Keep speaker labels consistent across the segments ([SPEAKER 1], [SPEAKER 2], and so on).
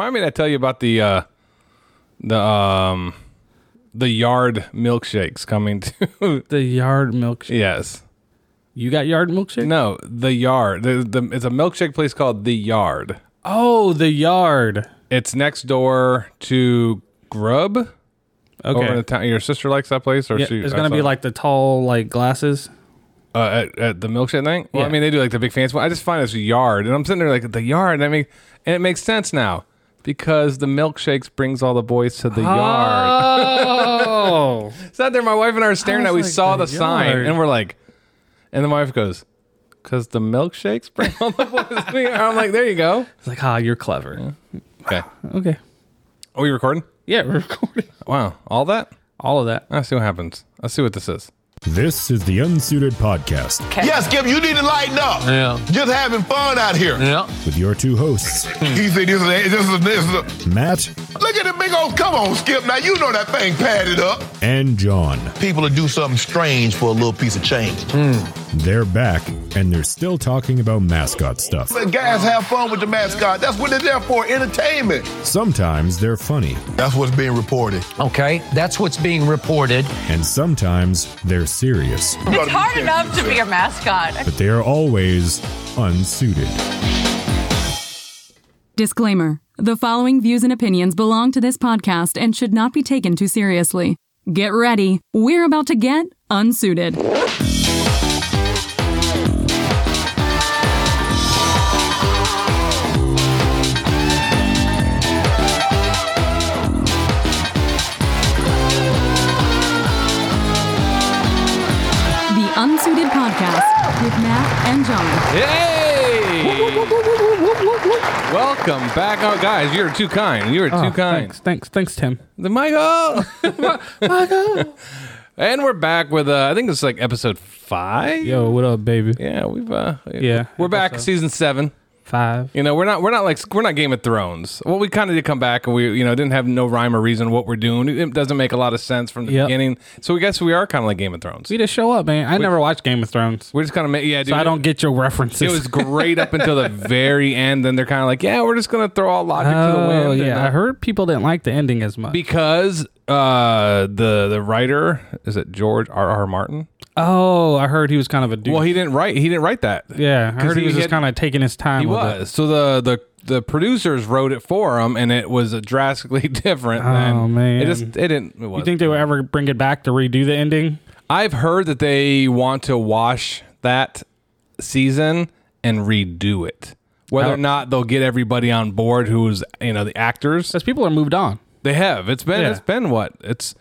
[SPEAKER 1] Why did I tell you about the uh, the um, the yard milkshakes coming to?
[SPEAKER 2] The yard milkshake.
[SPEAKER 1] yes.
[SPEAKER 2] You got yard milkshake?
[SPEAKER 1] No, the yard. The, the, it's a milkshake place called the Yard.
[SPEAKER 2] Oh, the yard.
[SPEAKER 1] It's next door to Grub
[SPEAKER 2] Okay.
[SPEAKER 1] over in the town. Your sister likes that place, or
[SPEAKER 2] yeah,
[SPEAKER 1] she?
[SPEAKER 2] it's
[SPEAKER 1] Oh, I
[SPEAKER 2] gonna be
[SPEAKER 1] saw-
[SPEAKER 2] like the tall like glasses.
[SPEAKER 1] uh, at, at the milkshake thing. Well, I
[SPEAKER 2] Yeah.
[SPEAKER 1] mean, they do like the big fancy one. I just find this yard, and I'm sitting there like the yard, and I mean, and it makes sense now because the milkshakes brings all the boys to the yard.
[SPEAKER 2] Oh.
[SPEAKER 1] Sat there, my wife and I are staring
[SPEAKER 2] I
[SPEAKER 1] at.
[SPEAKER 2] was
[SPEAKER 1] We
[SPEAKER 2] like,
[SPEAKER 1] saw the,
[SPEAKER 2] the
[SPEAKER 1] sign,
[SPEAKER 2] yard.
[SPEAKER 1] and we're like, and then my wife goes, "Cause the milkshakes bring all the boys." to the yard." I'm like, there you go.
[SPEAKER 2] it's like, ah, you're clever.
[SPEAKER 1] Okay,
[SPEAKER 2] Okay.
[SPEAKER 1] are we recording?
[SPEAKER 2] Yeah, we're recording
[SPEAKER 1] Wow, all that.
[SPEAKER 2] all of that.
[SPEAKER 1] Let's see what happens. Let's see what this is.
[SPEAKER 3] This is the Unsuited Podcast
[SPEAKER 4] Yes, Skip, you need to lighten up.
[SPEAKER 5] Yeah.
[SPEAKER 4] Just having fun out here.
[SPEAKER 5] Yeah.
[SPEAKER 3] with your two hosts,
[SPEAKER 6] Mm.
[SPEAKER 4] You see, this is, this is, this is a,
[SPEAKER 3] Matt
[SPEAKER 4] look at the big old, come on, Skip. Now, you know that thing padded up.
[SPEAKER 3] and John.
[SPEAKER 4] People will do something strange for a little piece of change.
[SPEAKER 3] They're back, and they're still talking about mascot stuff.
[SPEAKER 4] Let guys have fun with the mascot. That's what they're there for, entertainment.
[SPEAKER 3] Sometimes they're funny,
[SPEAKER 4] That's what's being reported.
[SPEAKER 5] Okay. That's what's being reported.
[SPEAKER 3] and sometimes they're serious,
[SPEAKER 6] It's hard enough to be a mascot.
[SPEAKER 3] but they are always unsuited.
[SPEAKER 7] Disclaimer The following views and opinions belong to this podcast and should not be taken too seriously. Get ready. We're about to get unsuited. The Unsuited Podcast with Matt and John.
[SPEAKER 1] Hey! Welcome back. Oh, guys, you're too kind. You're too
[SPEAKER 2] Oh,
[SPEAKER 1] kind.
[SPEAKER 2] Thanks, thanks, thanks, Tim.
[SPEAKER 1] The Michael! Michael! And we're back with, uh, I think it's like episode five.
[SPEAKER 2] Yo, what up, baby?
[SPEAKER 1] Yeah, we've, uh,
[SPEAKER 2] Yeah,
[SPEAKER 1] we're
[SPEAKER 2] I guess
[SPEAKER 1] back
[SPEAKER 2] so.
[SPEAKER 1] season seven.
[SPEAKER 2] Five.
[SPEAKER 1] You know, we're not, we're not like, we're not Game of Thrones. Well, we kind of did come back and we, you know, didn't have no rhyme or reason what we're doing. It doesn't make a lot of sense from the
[SPEAKER 2] Yep.
[SPEAKER 1] beginning. So we guess we are kind of like Game of Thrones.
[SPEAKER 2] We just show up, man. I never watched Game of Thrones.
[SPEAKER 1] We're just kind of, ma- yeah, dude.
[SPEAKER 2] So I don't get your references.
[SPEAKER 1] It was great up until the very end. Then they're kind of like, yeah, we're just going to throw all logic to the wind.
[SPEAKER 2] Oh
[SPEAKER 1] and,
[SPEAKER 2] yeah,
[SPEAKER 1] uh,
[SPEAKER 2] I heard people didn't like the ending as much.
[SPEAKER 1] because uh, the the writer is it George R. R. Martin?
[SPEAKER 2] oh, I heard he was kind of a dude.
[SPEAKER 1] Well, he didn't write. He didn't write that.
[SPEAKER 2] yeah, I
[SPEAKER 1] 'Cause
[SPEAKER 2] heard he, was just
[SPEAKER 1] had-
[SPEAKER 2] kind of taking his time.
[SPEAKER 1] He
[SPEAKER 2] with
[SPEAKER 1] was. So the the the producers wrote it for him, and it was drastically different.
[SPEAKER 2] Oh,
[SPEAKER 1] than,
[SPEAKER 2] man.
[SPEAKER 1] it just it didn't. It
[SPEAKER 2] It. You think they would ever bring it back to redo the ending?
[SPEAKER 1] I've heard that they want to wash that season and redo it. Whether or
[SPEAKER 2] How-
[SPEAKER 1] not they'll get everybody on board, who's you know the actors,
[SPEAKER 2] Because people are moved on.
[SPEAKER 1] they have. It's been
[SPEAKER 2] Yeah.
[SPEAKER 1] it's been what it's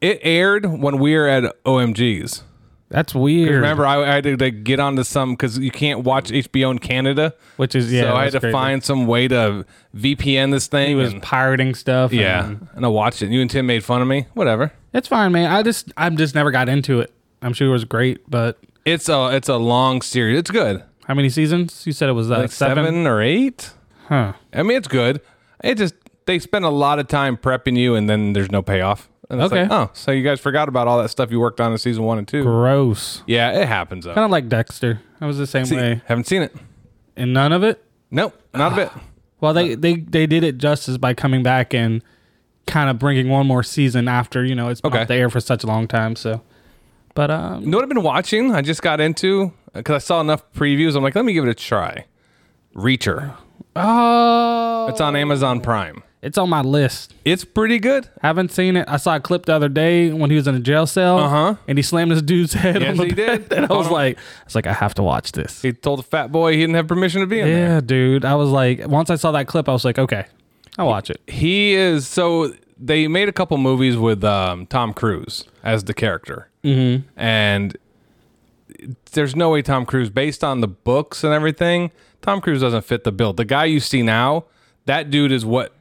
[SPEAKER 1] it aired when we were at OMGs.
[SPEAKER 2] That's weird.
[SPEAKER 1] Remember, I, I had to like, get onto some because you can't watch HBO in Canada,
[SPEAKER 2] Which is- yeah,
[SPEAKER 1] So I had
[SPEAKER 2] that's
[SPEAKER 1] to
[SPEAKER 2] crazy.
[SPEAKER 1] find some way to VPN this thing.
[SPEAKER 2] he was
[SPEAKER 1] and-
[SPEAKER 2] pirating stuff.
[SPEAKER 1] yeah,
[SPEAKER 2] and-
[SPEAKER 1] and I watched it. And you and Tim made fun of me. Whatever.
[SPEAKER 2] it's fine, man. I just I'm just never got into it. I'm sure it was great, but
[SPEAKER 1] It's a it's a long series. It's good.
[SPEAKER 2] how many seasons? You said it was uh,
[SPEAKER 1] Like seven, or eight.
[SPEAKER 2] Huh.
[SPEAKER 1] I mean, it's good. It just they spend a lot of time prepping you, and then there's no payoff. And it's
[SPEAKER 2] Okay.
[SPEAKER 1] like, oh, so you guys forgot about all that stuff you worked on in season one and two.
[SPEAKER 2] Gross.
[SPEAKER 1] Yeah, it happens. Though.
[SPEAKER 2] Kind of like Dexter. I was the same
[SPEAKER 1] See,
[SPEAKER 2] way.
[SPEAKER 1] haven't seen it.
[SPEAKER 2] And none of it.
[SPEAKER 1] Nope, not a bit.
[SPEAKER 2] Well, they,
[SPEAKER 1] uh,
[SPEAKER 2] they they did it justice by coming back and kind of bringing one more season after you know it's been
[SPEAKER 1] Okay.
[SPEAKER 2] off the air for such a long time. So, but um,
[SPEAKER 1] You know what I've been watching? I just got into because I saw enough previews. I'm like, let me give it a try. Reacher.
[SPEAKER 2] oh,
[SPEAKER 1] It's on Amazon Prime.
[SPEAKER 2] it's on my list.
[SPEAKER 1] It's pretty good.
[SPEAKER 2] Haven't seen it. I saw a clip the other day when he was in a jail cell.
[SPEAKER 1] Uh-huh.
[SPEAKER 2] And he slammed his dude's head
[SPEAKER 1] Yes,
[SPEAKER 2] on the
[SPEAKER 1] he
[SPEAKER 2] bed.
[SPEAKER 1] did.
[SPEAKER 2] And I
[SPEAKER 1] Hold
[SPEAKER 2] was
[SPEAKER 1] on.
[SPEAKER 2] like, it's like I have to watch this.
[SPEAKER 1] He told the fat boy he didn't have permission to be in
[SPEAKER 2] yeah,
[SPEAKER 1] there.
[SPEAKER 2] dude. I was like, once I saw that clip, I was like, okay, I'll watch it.
[SPEAKER 1] He is so they made a couple movies with um, Tom Cruise as the character, mm-hmm. and there's no way Tom Cruise, based on the books and everything, Tom Cruise doesn't fit the bill. The guy you see now, that dude is what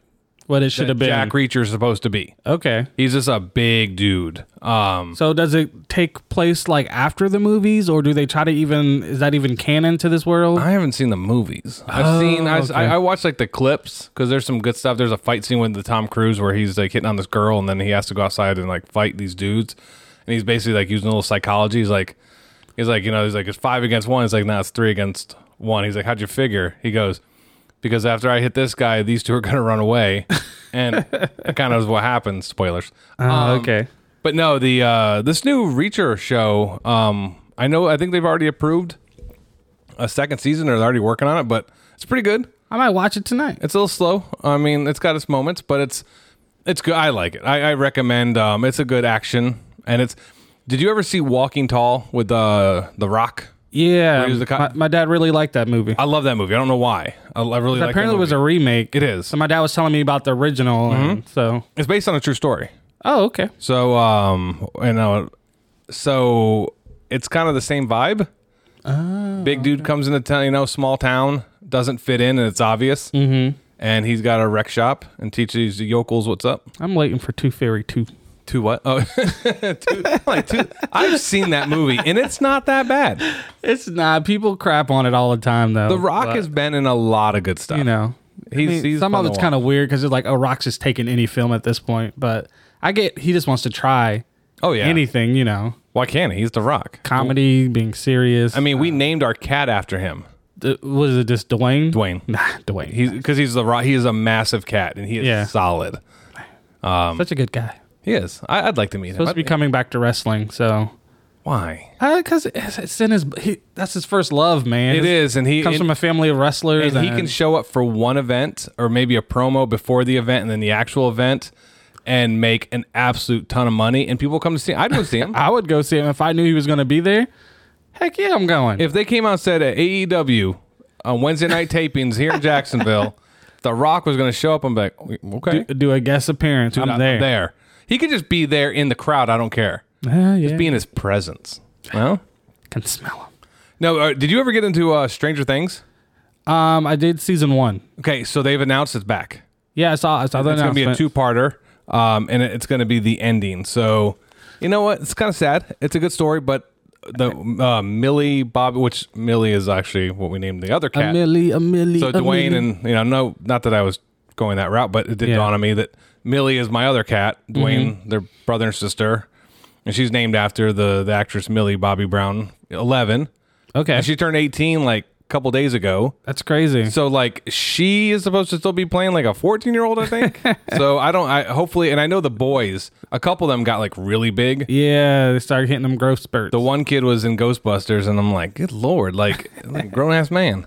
[SPEAKER 2] What it should have been.
[SPEAKER 1] Jack Reacher is supposed to be.
[SPEAKER 2] okay.
[SPEAKER 1] He's just a big dude. Um,
[SPEAKER 2] So does it take place like after the movies, or do they try to even? Is that even canon to this world?
[SPEAKER 1] I haven't seen the movies. I've seen. I, I, I watched like the clips because there's some good stuff. There's a fight scene with the Tom Cruise where he's like hitting on this girl, and then he has to go outside and like fight these dudes, and he's basically like using a little psychology. He's like, he's like, you know, he's like it's five against one. He's like, no, it's three against one. He's like, how'd you figure? He goes. because after I hit this guy, these two are going to run away. And that kind of is what happens. Spoilers. Um,
[SPEAKER 2] Uh, okay.
[SPEAKER 1] But no, the uh, this new Reacher show, um, I know, I think they've already approved a second season or they're already working on it, but it's pretty good.
[SPEAKER 2] I might watch it tonight.
[SPEAKER 1] It's a little slow. I mean, it's got its moments, but it's it's good. I like it. I, I recommend. Um, it's a good action, and it's. Did you ever see Walking Tall with uh, the Rock?
[SPEAKER 2] Yeah,
[SPEAKER 1] Where he was the cop-
[SPEAKER 2] my, my dad really liked that movie.
[SPEAKER 1] I love that movie. I don't know why. I, I really like.
[SPEAKER 2] Apparently,
[SPEAKER 1] that
[SPEAKER 2] it was a
[SPEAKER 1] movie.
[SPEAKER 2] remake.
[SPEAKER 1] It is. Mm-hmm.
[SPEAKER 2] So my dad was telling me about the original, and so
[SPEAKER 1] It's based on a true story.
[SPEAKER 2] oh, okay.
[SPEAKER 1] So um, and uh, so it's kind of the same vibe.
[SPEAKER 2] Oh,
[SPEAKER 1] Big dude comes into town, you know, small town, doesn't fit in, and it's obvious. Mm-hmm. And he's got a wreck shop and teaches the yokels what's up.
[SPEAKER 2] I'm waiting for Two Fairy Two.
[SPEAKER 1] Two what? Oh, two, like two. I've seen that movie and it's not that bad.
[SPEAKER 2] It's not. People crap on it all the time, though.
[SPEAKER 1] The Rock
[SPEAKER 2] but,
[SPEAKER 1] has been in a lot of good stuff.
[SPEAKER 2] you know,
[SPEAKER 1] he's, he's
[SPEAKER 2] some of
[SPEAKER 1] fun to
[SPEAKER 2] it's
[SPEAKER 1] watch.
[SPEAKER 2] kind of weird because it's like, oh, Rock's just taking any film at this point. But I get he just wants to try
[SPEAKER 1] oh yeah.
[SPEAKER 2] anything, you know,
[SPEAKER 1] Why can't he? He's the Rock.
[SPEAKER 2] comedy, being serious.
[SPEAKER 1] I mean, we named our cat after him,
[SPEAKER 2] Th- what is it? Just Dwayne?
[SPEAKER 1] Dwayne.
[SPEAKER 2] Nah, Dwayne. He's
[SPEAKER 1] He's because he's the Rock. He is a massive cat and he is
[SPEAKER 2] Yeah.
[SPEAKER 1] solid. Um,
[SPEAKER 2] such a good guy.
[SPEAKER 1] He is. I, I'd like to meet him.
[SPEAKER 2] Supposed to be coming back to wrestling, so
[SPEAKER 1] Why?
[SPEAKER 2] because it's, it's in his. He, that's his first love, man.
[SPEAKER 1] It is, and he
[SPEAKER 2] comes
[SPEAKER 1] and-
[SPEAKER 2] from a family of wrestlers,
[SPEAKER 1] And he can show up for one event or maybe a promo before the event and then the actual event and make an absolute ton of money. And people come to see him. I'd go see him.
[SPEAKER 2] I would go see him if I knew he was going to be there. Heck yeah, I'm going.
[SPEAKER 1] if they came out and said at AEW on Wednesday night tapings here in Jacksonville, The Rock was going to show up, I'm like, okay,
[SPEAKER 2] do, do a guest appearance, I'm
[SPEAKER 1] I'm
[SPEAKER 2] there.
[SPEAKER 1] there. He could just be there in the crowd. I don't care.
[SPEAKER 2] Ah, yeah.
[SPEAKER 1] Just be in his presence. Well,
[SPEAKER 2] can smell
[SPEAKER 1] no. Uh, did you ever get into uh, Stranger Things?
[SPEAKER 2] him. Um, I did season one.
[SPEAKER 1] Okay, so they've announced it's back.
[SPEAKER 2] Yeah, I saw. I saw that.
[SPEAKER 1] it's going to be a
[SPEAKER 2] announcement.
[SPEAKER 1] two-parter, um, and it- it's going to be the ending. So, you know what? It's kind of sad. It's a good story, but the uh, Millie Bob, which Millie is actually what we named the other cat.
[SPEAKER 2] A milli, a milli.
[SPEAKER 1] So
[SPEAKER 2] a
[SPEAKER 1] Dwayne
[SPEAKER 2] milli.
[SPEAKER 1] and you know, no, not that I was going that route, but it did
[SPEAKER 2] Yeah. Mm-hmm.
[SPEAKER 1] dawn on me that Millie is my other cat. Dwayne, their brother and sister, and she's named after the the actress Millie Bobby Brown, eleven,
[SPEAKER 2] okay,
[SPEAKER 1] and she turned eighteen like a couple days ago.
[SPEAKER 2] that's crazy.
[SPEAKER 1] So like she is supposed to still be playing like a 14 year old, I think. so I don't. I hopefully, and I know the boys. A couple of them got like really big.
[SPEAKER 2] yeah, they started hitting them growth spurts.
[SPEAKER 1] The one kid was in Ghostbusters, and I'm like, good lord, like, like grown ass man.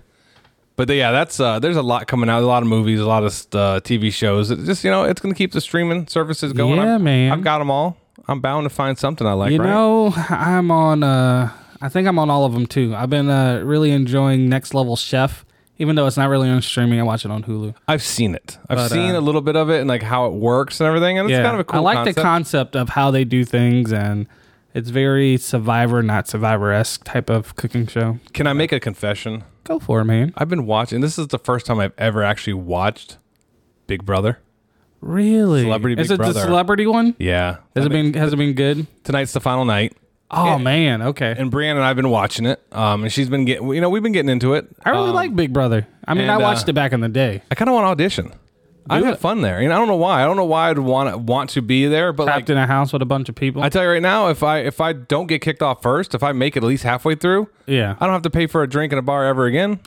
[SPEAKER 1] But they- yeah, that's uh, there's a lot coming out, a lot of movies, a lot of uh, TV shows. It's just you know, it's gonna keep the streaming services going.
[SPEAKER 2] Yeah,
[SPEAKER 1] I've-
[SPEAKER 2] man.
[SPEAKER 1] I've got them all. I'm bound to find something I like.
[SPEAKER 2] you
[SPEAKER 1] right?
[SPEAKER 2] know, I'm on. uh I think I'm on all of them too. I've been uh really enjoying Next Level Chef, even though it's not really on streaming. I watch it on Hulu.
[SPEAKER 1] I've seen it. I've
[SPEAKER 2] But,
[SPEAKER 1] seen a
[SPEAKER 2] uh,
[SPEAKER 1] little bit of it and like how it works and everything. And it's kind of a cool.
[SPEAKER 2] I like the
[SPEAKER 1] concept.
[SPEAKER 2] concept of how they do things, and it's very Survivor, not Survivor esque type of cooking show.
[SPEAKER 1] Can I make a confession?
[SPEAKER 2] Go for it, man.
[SPEAKER 1] I've been watching. This is the first time I've ever actually watched Big Brother.
[SPEAKER 2] Really?
[SPEAKER 1] Celebrity
[SPEAKER 2] Is
[SPEAKER 1] Big
[SPEAKER 2] it the
[SPEAKER 1] Brother.
[SPEAKER 2] celebrity one?
[SPEAKER 1] Yeah,
[SPEAKER 2] Has it been has it been good?
[SPEAKER 1] tonight's the final night,
[SPEAKER 2] Oh man, okay.
[SPEAKER 1] and Brianna and I've been watching it. Um, and she's been getting, you know, we've been getting into it.
[SPEAKER 2] I really like Big Brother. I mean, I
[SPEAKER 1] um, and, uh,
[SPEAKER 2] watched it back in the day.
[SPEAKER 1] I kind of want to audition. I
[SPEAKER 2] Do
[SPEAKER 1] had
[SPEAKER 2] it.
[SPEAKER 1] fun there, and I don't know why. I don't know why I'd want to want to be there, but
[SPEAKER 2] Trapped
[SPEAKER 1] like,
[SPEAKER 2] in a house with a bunch of people.
[SPEAKER 1] I tell you right now, if I if I don't get kicked off first, if I make it at least halfway through,
[SPEAKER 2] Yeah.
[SPEAKER 1] I don't have to pay for a drink in a bar ever again.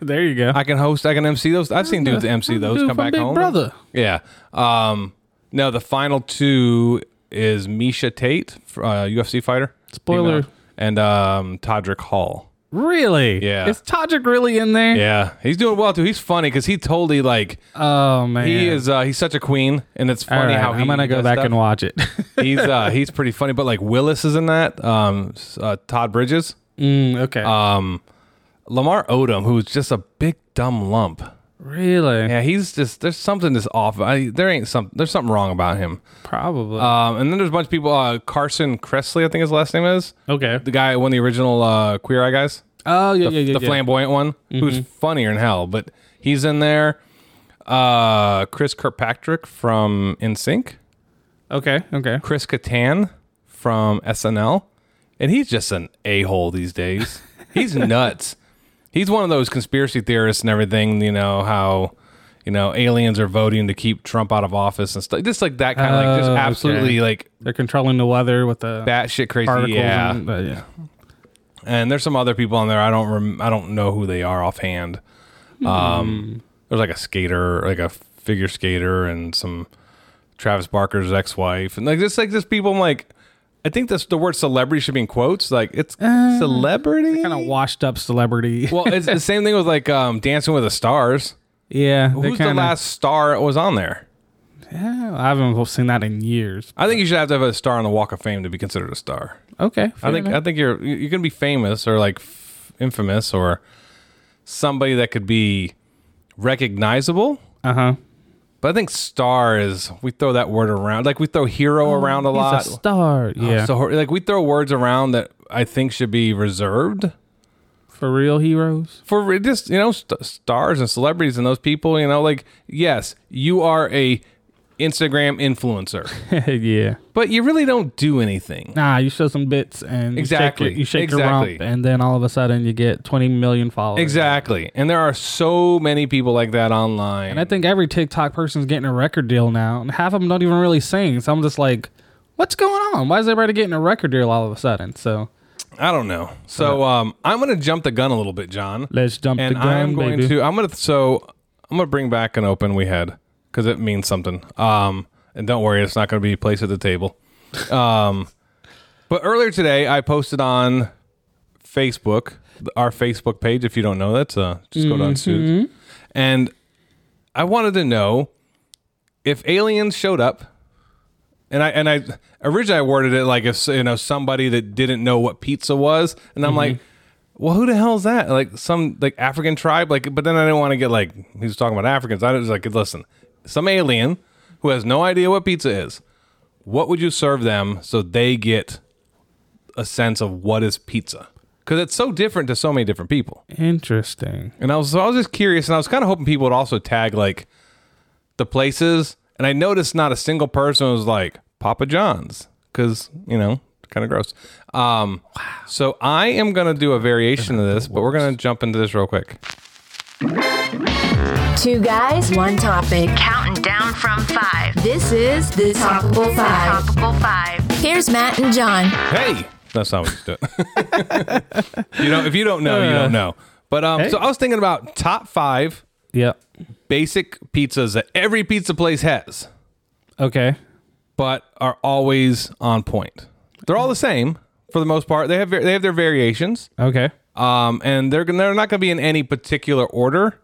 [SPEAKER 2] there you go.
[SPEAKER 1] I can host. I can MC those. I've seen dudes MC those.
[SPEAKER 2] Dude
[SPEAKER 1] come
[SPEAKER 2] from
[SPEAKER 1] back
[SPEAKER 2] Big
[SPEAKER 1] home.
[SPEAKER 2] Brother.
[SPEAKER 1] Yeah. Um. No, the final two is Misha Tate, uh, UFC fighter.
[SPEAKER 2] Spoiler.
[SPEAKER 1] Female. And um, Todrick Hall.
[SPEAKER 2] Really?
[SPEAKER 1] Yeah.
[SPEAKER 2] Is Todrick really in there?
[SPEAKER 1] Yeah, he's doing well too. He's funny because he totally like
[SPEAKER 2] Oh man.
[SPEAKER 1] he is. Uh, he's such a queen, and it's
[SPEAKER 2] All
[SPEAKER 1] funny
[SPEAKER 2] right,
[SPEAKER 1] how he.
[SPEAKER 2] I'm gonna go
[SPEAKER 1] does
[SPEAKER 2] back
[SPEAKER 1] stuff.
[SPEAKER 2] and watch it.
[SPEAKER 1] he's uh, he's pretty funny, but like Willis is in that. Um, s- uh, Todd Bridges,
[SPEAKER 2] Mm, okay.
[SPEAKER 1] Uh, Lamar Odom, who's just a big dumb lump.
[SPEAKER 2] really?
[SPEAKER 1] Yeah, he's just there's something just off. I, there ain't some there's something wrong about him.
[SPEAKER 2] Probably.
[SPEAKER 1] Um, and then there's a bunch of people. Uh, Carson Cressley, I think his last name is.
[SPEAKER 2] okay.
[SPEAKER 1] The guy, one of the original uh, Queer Eye guys,
[SPEAKER 2] oh yeah,
[SPEAKER 1] the,
[SPEAKER 2] yeah, Mm-hmm. yeah.
[SPEAKER 1] the
[SPEAKER 2] yeah.
[SPEAKER 1] flamboyant one, who's funnier in hell, but he's in there. Uh, Chris Kirkpatrick from NSYNC,
[SPEAKER 2] Okay. Okay.
[SPEAKER 1] Chris Kattan from SNL, and he's just an a hole these days. He's nuts. He's one of those conspiracy theorists and everything. You know how. You know, aliens are voting to keep Trump out of office and stuff. Just like that kind of like just
[SPEAKER 2] Oh, okay.
[SPEAKER 1] absolutely like
[SPEAKER 2] They're controlling the weather with the
[SPEAKER 1] batshit crazy.
[SPEAKER 2] particles.
[SPEAKER 1] yeah,
[SPEAKER 2] And, but yeah. Hmm.
[SPEAKER 1] and there's some other people on there. I don't rem- I don't know who they are offhand. Um, There's like a skater, like a figure skater, and some Travis Barker's ex-wife, and like just like this people. I'm like, I think this the word celebrity should be in quotes. Like it's
[SPEAKER 2] Uh,
[SPEAKER 1] celebrity.
[SPEAKER 2] Kind of washed up celebrity.
[SPEAKER 1] well, it's the same thing with like um, Dancing with the Stars.
[SPEAKER 2] yeah. they're
[SPEAKER 1] Who's the
[SPEAKER 2] kinda-
[SPEAKER 1] last star that was on there?
[SPEAKER 2] Yeah, I haven't seen that in years.
[SPEAKER 1] I think you should have to have a star on the Walk of Fame to be considered a star.
[SPEAKER 2] Okay.
[SPEAKER 1] I think I think you're you- you can be famous or like f- infamous or somebody that could be recognizable.
[SPEAKER 2] Uh huh.
[SPEAKER 1] But I think star is we throw that word around like we throw hero around a lot.
[SPEAKER 2] Oh,
[SPEAKER 1] Oh,
[SPEAKER 2] He's a star. Yeah.
[SPEAKER 1] So hor- like we throw words around that I think should be reserved
[SPEAKER 2] for real heroes.
[SPEAKER 1] for re- just you know st- stars and celebrities and those people. You know, like yes, you are a Instagram influencer,
[SPEAKER 2] yeah.
[SPEAKER 1] but you really don't do anything.
[SPEAKER 2] Nah, you show some bits and
[SPEAKER 1] Exactly,
[SPEAKER 2] you shake, your, you shake
[SPEAKER 1] exactly.
[SPEAKER 2] your rump, and then all of a sudden you get 20 million followers.
[SPEAKER 1] Exactly, and there are so many people like that online.
[SPEAKER 2] And I think every TikTok person's getting a record deal now, and half of them don't even really sing. So I'm just like, what's going on? Why is everybody getting a record deal all of a sudden? So
[SPEAKER 1] I don't know. So um, I'm going to jump the gun a little bit, John.
[SPEAKER 2] Let's jump the
[SPEAKER 1] and
[SPEAKER 2] gun,
[SPEAKER 1] I'm going
[SPEAKER 2] baby.
[SPEAKER 1] to. I'm going to. So I'm going to bring back an open we had because it means something. Um, and don't worry, it's not going to be placed at the table. Um, but earlier today, I posted on Facebook our Facebook page. If you don't know that, uh, just go to Unsued.
[SPEAKER 2] Mm-hmm.
[SPEAKER 1] And I wanted to know if aliens showed up and I and I originally I worded it like if you know somebody that didn't know what pizza was, and
[SPEAKER 2] Mm-hmm.
[SPEAKER 1] I'm like, well, who the hell is that? Like some like African tribe, like. But then I didn't want to get like he was talking about Africans. I was like, listen, some alien who has no idea what pizza is. What would you serve them so they get a sense of what is pizza? Because it's so different to so many different people.
[SPEAKER 2] interesting.
[SPEAKER 1] And I was so I was just curious, and I was kind of hoping people would also tag like the places. And I noticed not a single person was like Papa John's because you know kind of gross. Um, So I am gonna do a variation of this, but we're gonna jump into this real quick.
[SPEAKER 8] Two guys, one topic.
[SPEAKER 9] Counting down from five.
[SPEAKER 8] This is the Topical Five.
[SPEAKER 9] Topical five.
[SPEAKER 8] Here's Matt and John.
[SPEAKER 1] Hey, that's not what you do. you know, if you don't know, you don't know. But um, so I was thinking about top five
[SPEAKER 2] Yep.
[SPEAKER 1] basic pizzas that every pizza place has.
[SPEAKER 2] Okay.
[SPEAKER 1] but are always on point. They're all the same for the most part. They have they have their variations,
[SPEAKER 2] Okay.
[SPEAKER 1] um, and they're gonna- they're not going to be in any particular order,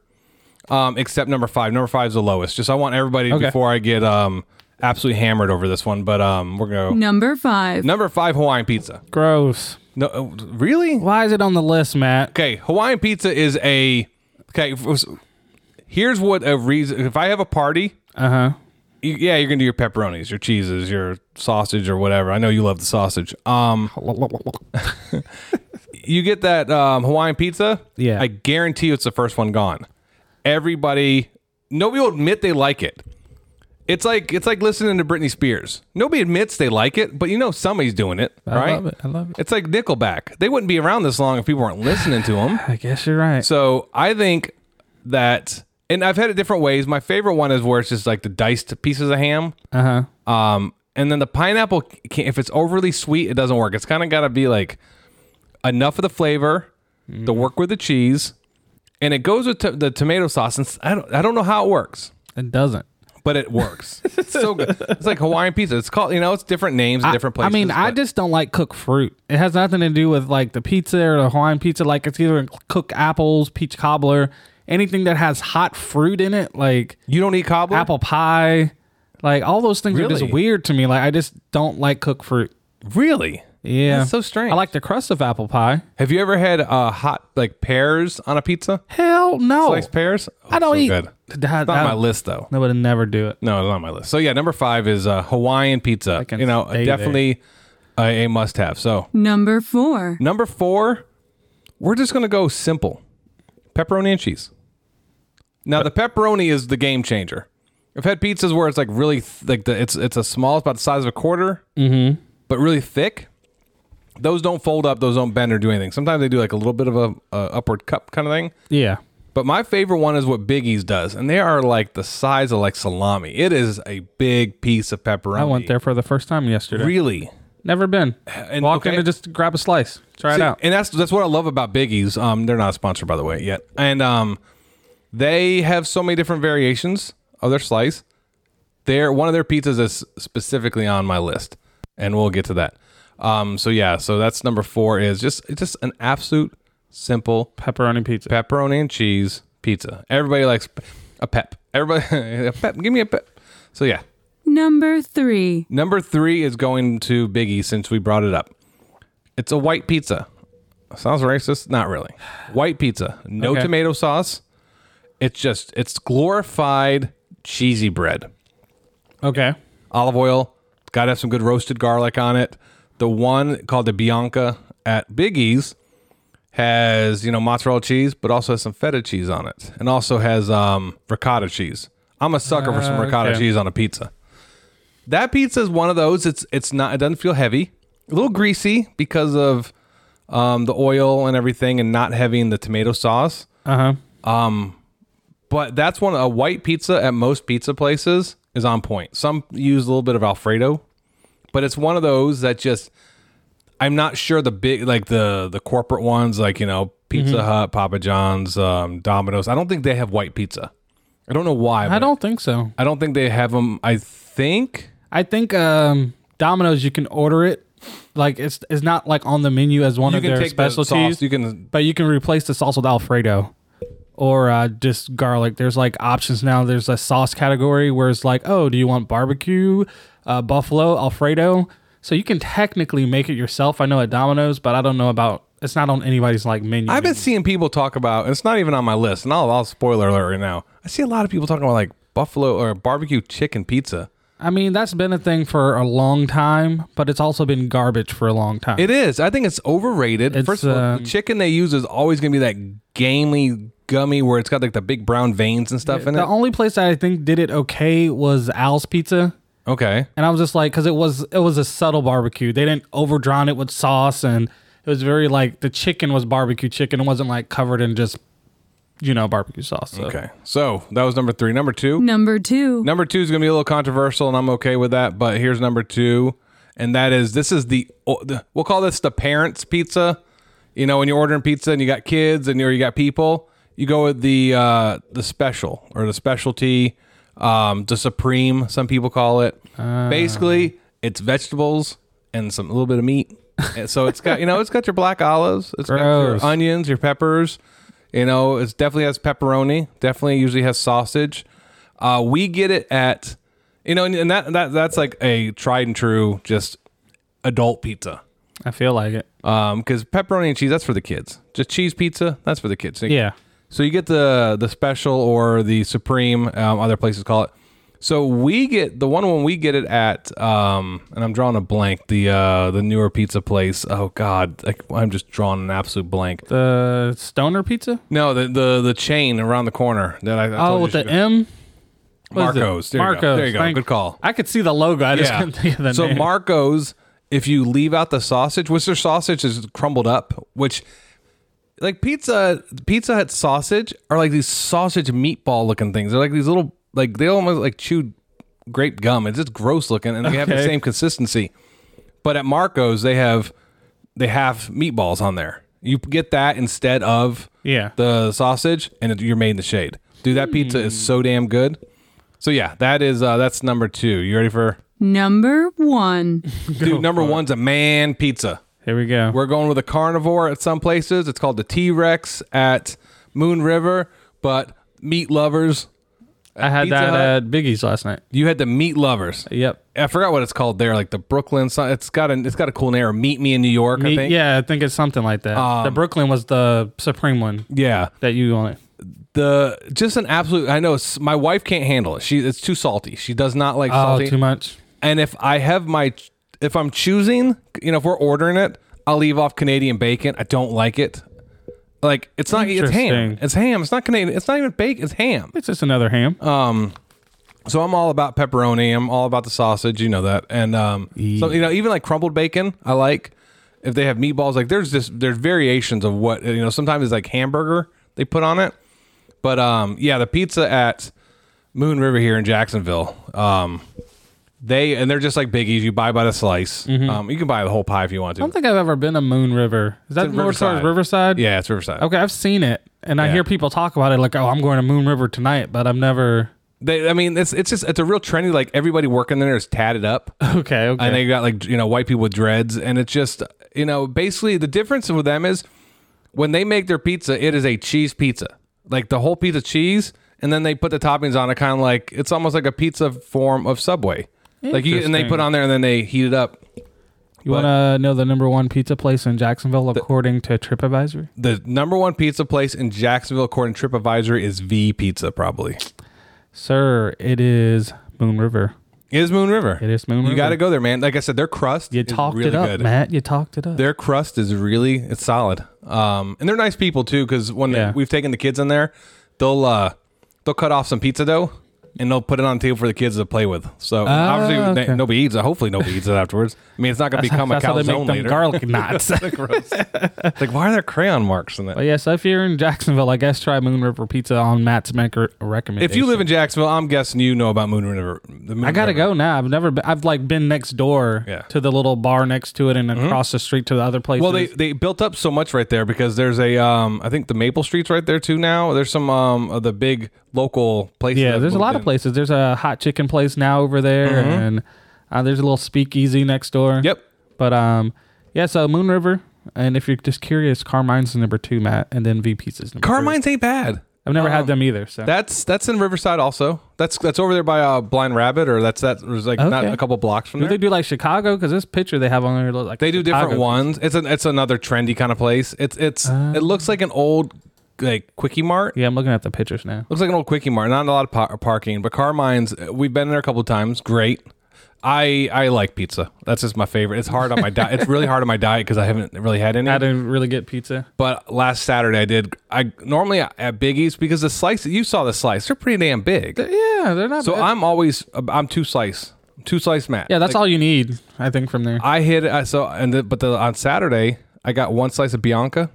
[SPEAKER 1] um, except number five. Number five is the lowest. Just I want everybody
[SPEAKER 2] Okay.
[SPEAKER 1] before I get um, absolutely hammered over this one, but um, we're gonna
[SPEAKER 7] Number five.
[SPEAKER 1] number five Hawaiian pizza.
[SPEAKER 2] Gross.
[SPEAKER 1] No, uh, really?
[SPEAKER 2] Why is it on the list, Matt?
[SPEAKER 1] Okay, Hawaiian pizza is a okay. f- s- Here's what a reason. If I have a party,
[SPEAKER 2] Uh huh.
[SPEAKER 1] you, yeah, you're gonna do your pepperonis, your cheeses, your sausage, or whatever. I know you love the sausage. Um, you get that um, Hawaiian pizza,
[SPEAKER 2] Yeah.
[SPEAKER 1] I guarantee you it's the first one gone. Everybody, nobody will admit they like it. It's like it's like listening to Britney Spears. Nobody admits they like it, but you know somebody's doing it, right?
[SPEAKER 2] love it. I love it.
[SPEAKER 1] It's like Nickelback. They wouldn't be around this long if people weren't listening to them.
[SPEAKER 2] I guess you're right.
[SPEAKER 1] So I think that, and I've had it different ways. My favorite one is where it's just like the diced pieces of ham. Uh
[SPEAKER 2] Uh-huh.
[SPEAKER 1] huh. Um, and then the pineapple, can, if it's overly sweet, it doesn't work. It's kind of got to be like enough of the flavor, the
[SPEAKER 2] Mm.
[SPEAKER 1] work with the cheese, and it goes with to the tomato sauce. And s- I don't, I don't know how it works,
[SPEAKER 2] it doesn't.
[SPEAKER 1] but it works. it's so good. It's like Hawaiian pizza. It's called, you know, it's different names, in different places.
[SPEAKER 2] I mean, I
[SPEAKER 1] but-
[SPEAKER 2] just don't like cooked fruit. It has nothing to do with like the pizza or the Hawaiian pizza. Like it's either cooked apples, peach cobbler, anything that has hot fruit in it, like
[SPEAKER 1] you don't eat cobbler.
[SPEAKER 2] apple pie, like all those things are
[SPEAKER 1] Really?
[SPEAKER 2] just weird to me. Like I just don't like cooked fruit.
[SPEAKER 1] really?
[SPEAKER 2] Yeah,
[SPEAKER 1] That's so strange.
[SPEAKER 2] I like the crust of apple pie.
[SPEAKER 1] Have you ever had uh, hot like pears on a pizza?
[SPEAKER 2] Hell no,
[SPEAKER 1] Sliced pears? Oh,
[SPEAKER 2] I don't
[SPEAKER 1] so
[SPEAKER 2] eat.
[SPEAKER 1] good. It's not on my list though.
[SPEAKER 2] I would never do it.
[SPEAKER 1] No, it's not on my list. So yeah, number five is uh, Hawaiian pizza.
[SPEAKER 2] can
[SPEAKER 1] You know,
[SPEAKER 2] stay
[SPEAKER 1] definitely a, a must-have. So
[SPEAKER 7] Number four.
[SPEAKER 1] number four, we're just gonna go simple: pepperoni and cheese. Now the pepperoni is the game changer. I've had pizzas where it's like really th- like the it's it's a small, it's about the size of a quarter, mm-hmm. but really thick. Those don't fold up. Those don't bend or do anything. Sometimes they do like a little bit of a, a upward cup kind of thing.
[SPEAKER 2] Yeah,
[SPEAKER 1] But my favorite one is what Biggie's does, and they are like the size of like salami. It is a big piece of pepperoni.
[SPEAKER 2] I went there for the first time yesterday.
[SPEAKER 1] really.
[SPEAKER 2] Never been.
[SPEAKER 1] And-
[SPEAKER 2] Walk
[SPEAKER 1] okay.
[SPEAKER 2] in and just grab a slice.
[SPEAKER 1] See,
[SPEAKER 2] Try it out.
[SPEAKER 1] And that's that's what I love about Biggie's. Um, they're not a sponsor by the way yet, and um, They have so many different variations of their slice. They're one of their pizzas is specifically on my list, and we'll get to that. Um, so yeah, so that's number four is just it's just an absolute simple
[SPEAKER 2] Pepperoni pizza.
[SPEAKER 1] pepperoni and cheese pizza. Everybody likes pe- a pep. Everybody, a pep. Give me a pep. So yeah,
[SPEAKER 7] Number three.
[SPEAKER 1] Number three is going to Biggie since we brought it up. It's a white pizza. Sounds racist? Not really. White pizza, no
[SPEAKER 2] Okay.
[SPEAKER 1] tomato sauce. It's just it's glorified cheesy bread.
[SPEAKER 2] Okay.
[SPEAKER 1] Olive oil, got to have some good roasted garlic on it. The one called the Bianca at Biggie's has you know mozzarella cheese, but also has some feta cheese on it, and also has um, ricotta cheese. I'm a sucker for some
[SPEAKER 2] Uh,
[SPEAKER 1] ricotta
[SPEAKER 2] okay.
[SPEAKER 1] cheese on a pizza. That pizza is one of those. It's it's not. It doesn't feel heavy. A little greasy because of um, the oil and everything, and not having the tomato sauce.
[SPEAKER 2] Uh huh.
[SPEAKER 1] But that's one a white pizza at most pizza places is on point. Some use a little bit of alfredo, but it's one of those that just I'm not sure the big like the the corporate ones like you know Pizza
[SPEAKER 2] Mm-hmm.
[SPEAKER 1] Hut, Papa John's, um, Domino's. I don't think they have white pizza. I don't know why.
[SPEAKER 2] I
[SPEAKER 1] but
[SPEAKER 2] don't think so.
[SPEAKER 1] I don't think they have them. I think
[SPEAKER 2] I think um, Domino's you can order it. Like it's it's not like on the menu as one
[SPEAKER 1] you
[SPEAKER 2] of
[SPEAKER 1] can
[SPEAKER 2] their
[SPEAKER 1] take the
[SPEAKER 2] specialties.
[SPEAKER 1] sauce. You can
[SPEAKER 2] but you can replace the sauce with Alfredo or uh, just garlic. There's like options now. There's a sauce category where it's like, oh, do you want barbecue, uh, buffalo, Alfredo? So you can technically make it yourself. I know at Domino's, but I don't know about. It's not on anybody's like menu.
[SPEAKER 1] I've been seeing people talk about, and it's not even on my list, and I'll, I'll spoiler alert right now. I see a lot of people talking about like buffalo or barbecue chicken pizza.
[SPEAKER 2] I mean, that's been a thing for a long time, but it's also been garbage for a long time.
[SPEAKER 1] It is. I think it's overrated.
[SPEAKER 2] It's,
[SPEAKER 1] First of all,
[SPEAKER 2] uh,
[SPEAKER 1] the chicken they use is always going to be that gamey, gummy where it's got like the big brown veins and stuff in
[SPEAKER 2] the
[SPEAKER 1] it.
[SPEAKER 2] only place that I think did it okay was Al's Pizza.
[SPEAKER 1] Okay.
[SPEAKER 2] and I was just like, because it was it was a subtle barbecue. They didn't overdrown it with sauce, and it was very like the chicken was barbecue chicken. It wasn't like covered in just you know barbecue sauce. So.
[SPEAKER 1] Okay. So that was number three. Number two.
[SPEAKER 7] Number two.
[SPEAKER 1] Number two is going to be a little controversial, and I'm okay with that. But here's number two, and that is this is the oh, the- we'll call this the parents' pizza. You know, when you're ordering pizza and you got kids and you're, you got people, you go with the uh, the special or the specialty, um, the supreme. Some people call it. Basically, it's vegetables and some a little bit of meat. And so it's got you know it's got your black olives, it's got your
[SPEAKER 2] Gross.
[SPEAKER 1] onions, your peppers. You know, it definitely has pepperoni. Definitely usually has sausage. Uh, we get it at, you know, and, and that, that that's like a tried and true just adult pizza.
[SPEAKER 2] I feel like it.
[SPEAKER 1] Um, because pepperoni and cheese that's for the kids. Just cheese pizza that's for the kids. So-
[SPEAKER 2] yeah,
[SPEAKER 1] So you get the the special or the supreme. Um, other places call it. So we get the one when we get it at, um, and I'm drawing a blank. The uh, the newer pizza place. Oh God, like, I'm just drawing an absolute blank.
[SPEAKER 2] the Stoner Pizza.
[SPEAKER 1] No, the the the chain around the corner that I, I told
[SPEAKER 2] Oh,
[SPEAKER 1] you
[SPEAKER 2] with
[SPEAKER 1] should
[SPEAKER 2] the
[SPEAKER 1] go-
[SPEAKER 2] M. What is it?
[SPEAKER 1] Marcos. There You go. There you go.
[SPEAKER 2] Thank-
[SPEAKER 1] Good call.
[SPEAKER 2] I could see the logo. I just couldn't think of the
[SPEAKER 1] so
[SPEAKER 2] name.
[SPEAKER 1] Marcos, if you leave out the sausage, which their sausage is crumbled up, which like pizza Pizza Hut sausage are like these sausage meatball looking things. They're like these little like they almost like chewed grape gum. It's just gross looking, and they have the
[SPEAKER 2] Okay.
[SPEAKER 1] same consistency. But at Marcos, they have they have meatballs on there. You get that instead of
[SPEAKER 2] Yeah.
[SPEAKER 1] the sausage, and it, you're made in the shade. Dude, that pizza is
[SPEAKER 2] Hmm.
[SPEAKER 1] so damn good. So yeah, that is uh, that's number two. You ready for
[SPEAKER 7] Number one.
[SPEAKER 1] Dude, number one's a man pizza.
[SPEAKER 2] Here we go.
[SPEAKER 1] We're going with a carnivore at some places. It's called the T Rex at Moon River, but meat lovers.
[SPEAKER 2] I had
[SPEAKER 1] Pizza
[SPEAKER 2] that
[SPEAKER 1] Hut.
[SPEAKER 2] at Biggie's last night.
[SPEAKER 1] You had the meat lovers.
[SPEAKER 2] Yep.
[SPEAKER 1] I forgot what it's called there, like the Brooklyn. so- It's got a it's got a cool name. Or Meet Me in New York, I
[SPEAKER 2] Me-
[SPEAKER 1] think. Um,
[SPEAKER 2] yeah, I think it's something like that. the Brooklyn was the supreme one
[SPEAKER 1] yeah.
[SPEAKER 2] that you wanted.
[SPEAKER 1] The just an absolute. I know it's, my wife can't handle it. She it's too salty. She does not like
[SPEAKER 2] Oh,
[SPEAKER 1] salty.
[SPEAKER 2] too much.
[SPEAKER 1] And if I have my, if I'm choosing, you know, if we're ordering it, I'll leave off Canadian bacon. I don't like it. Like it's not, it's ham.
[SPEAKER 2] Interesting.
[SPEAKER 1] It's ham. It's not Canadian. It's not even bacon. It's ham.
[SPEAKER 2] It's just another ham.
[SPEAKER 1] Uh, So I'm all about pepperoni. I'm all about the sausage. You know that. And um, so you know, even like crumbled bacon, I like. If they have meatballs, like there's this, there's variations of what you know. Sometimes it's like hamburger they put on it, but um, yeah, the pizza at Moon River here in Jacksonville, um, They and they're just like biggies. You buy by the slice. Um, you can buy the whole pie if you want to.
[SPEAKER 2] I don't think I've ever been to Moon River. Is that
[SPEAKER 1] in
[SPEAKER 2] North Star's Riverside?
[SPEAKER 1] Yeah, it's Riverside.
[SPEAKER 2] Okay, I've seen it, and I
[SPEAKER 1] Yeah.
[SPEAKER 2] hear people talk about it like, "Oh, I'm going to Moon River tonight," but I've never.
[SPEAKER 1] They, I mean, it's it's just it's a real trendy. Like everybody working there is tatted up.
[SPEAKER 2] Okay, okay.
[SPEAKER 1] and they got like you know white people with dreads and it's just you know basically the difference with them is when they make their pizza it is a cheese pizza like the whole piece of cheese and then they put the toppings on it kind of like it's almost like a pizza form of subway like you and they
[SPEAKER 2] Interesting.
[SPEAKER 1] put on there and then they heat it up
[SPEAKER 2] you want to know the number one pizza place in Jacksonville according to TripAdvisor?
[SPEAKER 1] the number one pizza place in jacksonville according to tripadvisor is v pizza probably
[SPEAKER 2] Sir, it is Moon River.
[SPEAKER 1] is moon river
[SPEAKER 2] It is Moon
[SPEAKER 1] you
[SPEAKER 2] River.
[SPEAKER 1] gotta go there man like i said their crust
[SPEAKER 2] You
[SPEAKER 1] is
[SPEAKER 2] talked
[SPEAKER 1] really
[SPEAKER 2] it up,
[SPEAKER 1] good.
[SPEAKER 2] Matt. You talked it up.
[SPEAKER 1] their crust is really it's solid um and they're nice people too because when
[SPEAKER 2] Yeah.
[SPEAKER 1] we've taken the kids in there they'll uh they'll cut off some pizza dough and they'll put it on the table for the kids to play with so obviously
[SPEAKER 2] Ah, okay.
[SPEAKER 1] they, nobody eats it hopefully nobody eats it afterwards i mean it's not going to become a
[SPEAKER 2] That's how they
[SPEAKER 1] calzone
[SPEAKER 2] make them
[SPEAKER 1] later
[SPEAKER 2] garlic knots.
[SPEAKER 1] Gross. It's like why are there crayon marks in that
[SPEAKER 2] But yeah, so if you're in Jacksonville, I guess try Moon River Pizza on Matt's maker recommendation.
[SPEAKER 1] if you live in jacksonville i'm guessing you know about moon river the Moon
[SPEAKER 2] I gotta
[SPEAKER 1] River.
[SPEAKER 2] go now. I've never been. I've like been next door
[SPEAKER 1] Yeah. Mm-hmm.
[SPEAKER 2] to the little bar next to it, and across the street to the other places.
[SPEAKER 1] well they, they built up so much right there because there's a um i think the maple street's right there too now there's some um of the big local places
[SPEAKER 2] yeah,
[SPEAKER 1] that
[SPEAKER 2] there's a
[SPEAKER 1] moved
[SPEAKER 2] lot of
[SPEAKER 1] in.
[SPEAKER 2] places. There's a hot chicken place now over there, and uh, there's a little speakeasy next door.
[SPEAKER 1] Mm-hmm. Yep.
[SPEAKER 2] But um, yeah. So Moon River, and if you're just curious, Carmine's number two, Matt, and then V Pizza's number.
[SPEAKER 1] carmine's ain't bad
[SPEAKER 2] i I've never
[SPEAKER 1] Oh.
[SPEAKER 2] had them either. So
[SPEAKER 1] That's that's in Riverside also. That's that's over there by uh, Blind Rabbit, or that's that was like not
[SPEAKER 2] Okay.
[SPEAKER 1] a couple blocks from
[SPEAKER 2] do
[SPEAKER 1] there.
[SPEAKER 2] they do like Chicago? Because this picture they have on there looks like
[SPEAKER 1] They do different
[SPEAKER 2] Chicago.
[SPEAKER 1] ones. It's an it's another trendy kind of place. It's it's it looks like an old like quickie mart.
[SPEAKER 2] Ah. Yeah, I'm looking at the pictures now.
[SPEAKER 1] Looks like an old quickie mart. Not a lot of par- parking, but Carmine's. uh, We've been there a couple times. Great. I I like pizza. That's just my favorite. It's hard on my diet. It's really hard on my diet because I haven't really had any.
[SPEAKER 2] I didn't really get pizza.
[SPEAKER 1] But last Saturday I did. I normally at Biggie's because the slices you saw the slice. They're pretty damn big.
[SPEAKER 2] Yeah, they're not.
[SPEAKER 1] So
[SPEAKER 2] bad.
[SPEAKER 1] I'm always uh, I'm two slice, two slice Matt.
[SPEAKER 2] Yeah, that's all you need, I think, from there.
[SPEAKER 1] I hit I so and the, but the on Saturday I got one slice of Bianca,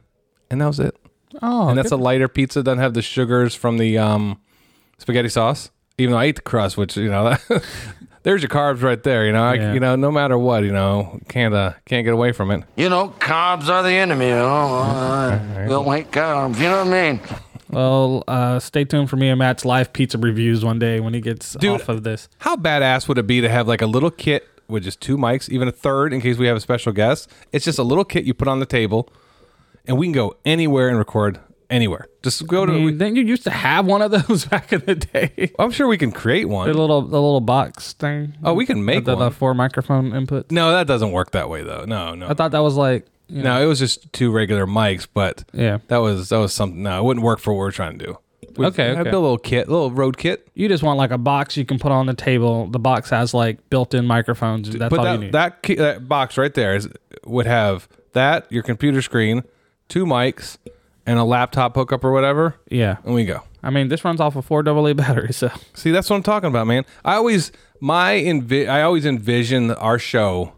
[SPEAKER 1] and that was it.
[SPEAKER 2] oh,
[SPEAKER 1] And that's a lighter pizza. Doesn't have the sugars from the um, spaghetti sauce. Even though I ate the crust, which you know, there's your carbs right there. You know, I,
[SPEAKER 2] Yeah.
[SPEAKER 1] you know, no matter what, you know, can't uh, can't get away from it.
[SPEAKER 5] You know, carbs are the enemy. You know, we'll like carbs. You know what I mean?
[SPEAKER 2] well, uh, stay tuned for me and Matt's live pizza reviews one day when he gets
[SPEAKER 1] Dude.
[SPEAKER 2] off of this.
[SPEAKER 1] How badass would it be to have like a little kit with just two mics, even a third in case we have a special guest? It's just a little kit you put on the table, and we can go anywhere and record anywhere. Just go to.
[SPEAKER 2] I mean, then you used to have one of those back in the day.
[SPEAKER 1] I'm sure we can create
[SPEAKER 2] The
[SPEAKER 1] one.
[SPEAKER 2] little the little box thing.
[SPEAKER 1] oh, we can make
[SPEAKER 2] the, the
[SPEAKER 1] one.
[SPEAKER 2] four microphone inputs.
[SPEAKER 1] no, that doesn't work that way though. No, no.
[SPEAKER 2] I thought that was like you know,
[SPEAKER 1] no, it was just two regular mics, but
[SPEAKER 2] Yeah.
[SPEAKER 1] that was that was something. No, it wouldn't work for what we're trying to do. We-
[SPEAKER 2] Okay,
[SPEAKER 1] I'd
[SPEAKER 2] okay.
[SPEAKER 1] build a little kit, a little road kit.
[SPEAKER 2] you just want like a box you can put on the table. The box has like built-in microphones. That's
[SPEAKER 1] but
[SPEAKER 2] all
[SPEAKER 1] that
[SPEAKER 2] you need.
[SPEAKER 1] that, key, that box right there is would have that your computer screen, two mics, and a laptop hookup or whatever,
[SPEAKER 2] yeah,
[SPEAKER 1] and we go.
[SPEAKER 2] I mean this runs off a four AA battery, so
[SPEAKER 1] See, that's what I'm talking about, man. I always my envi- I always envision our show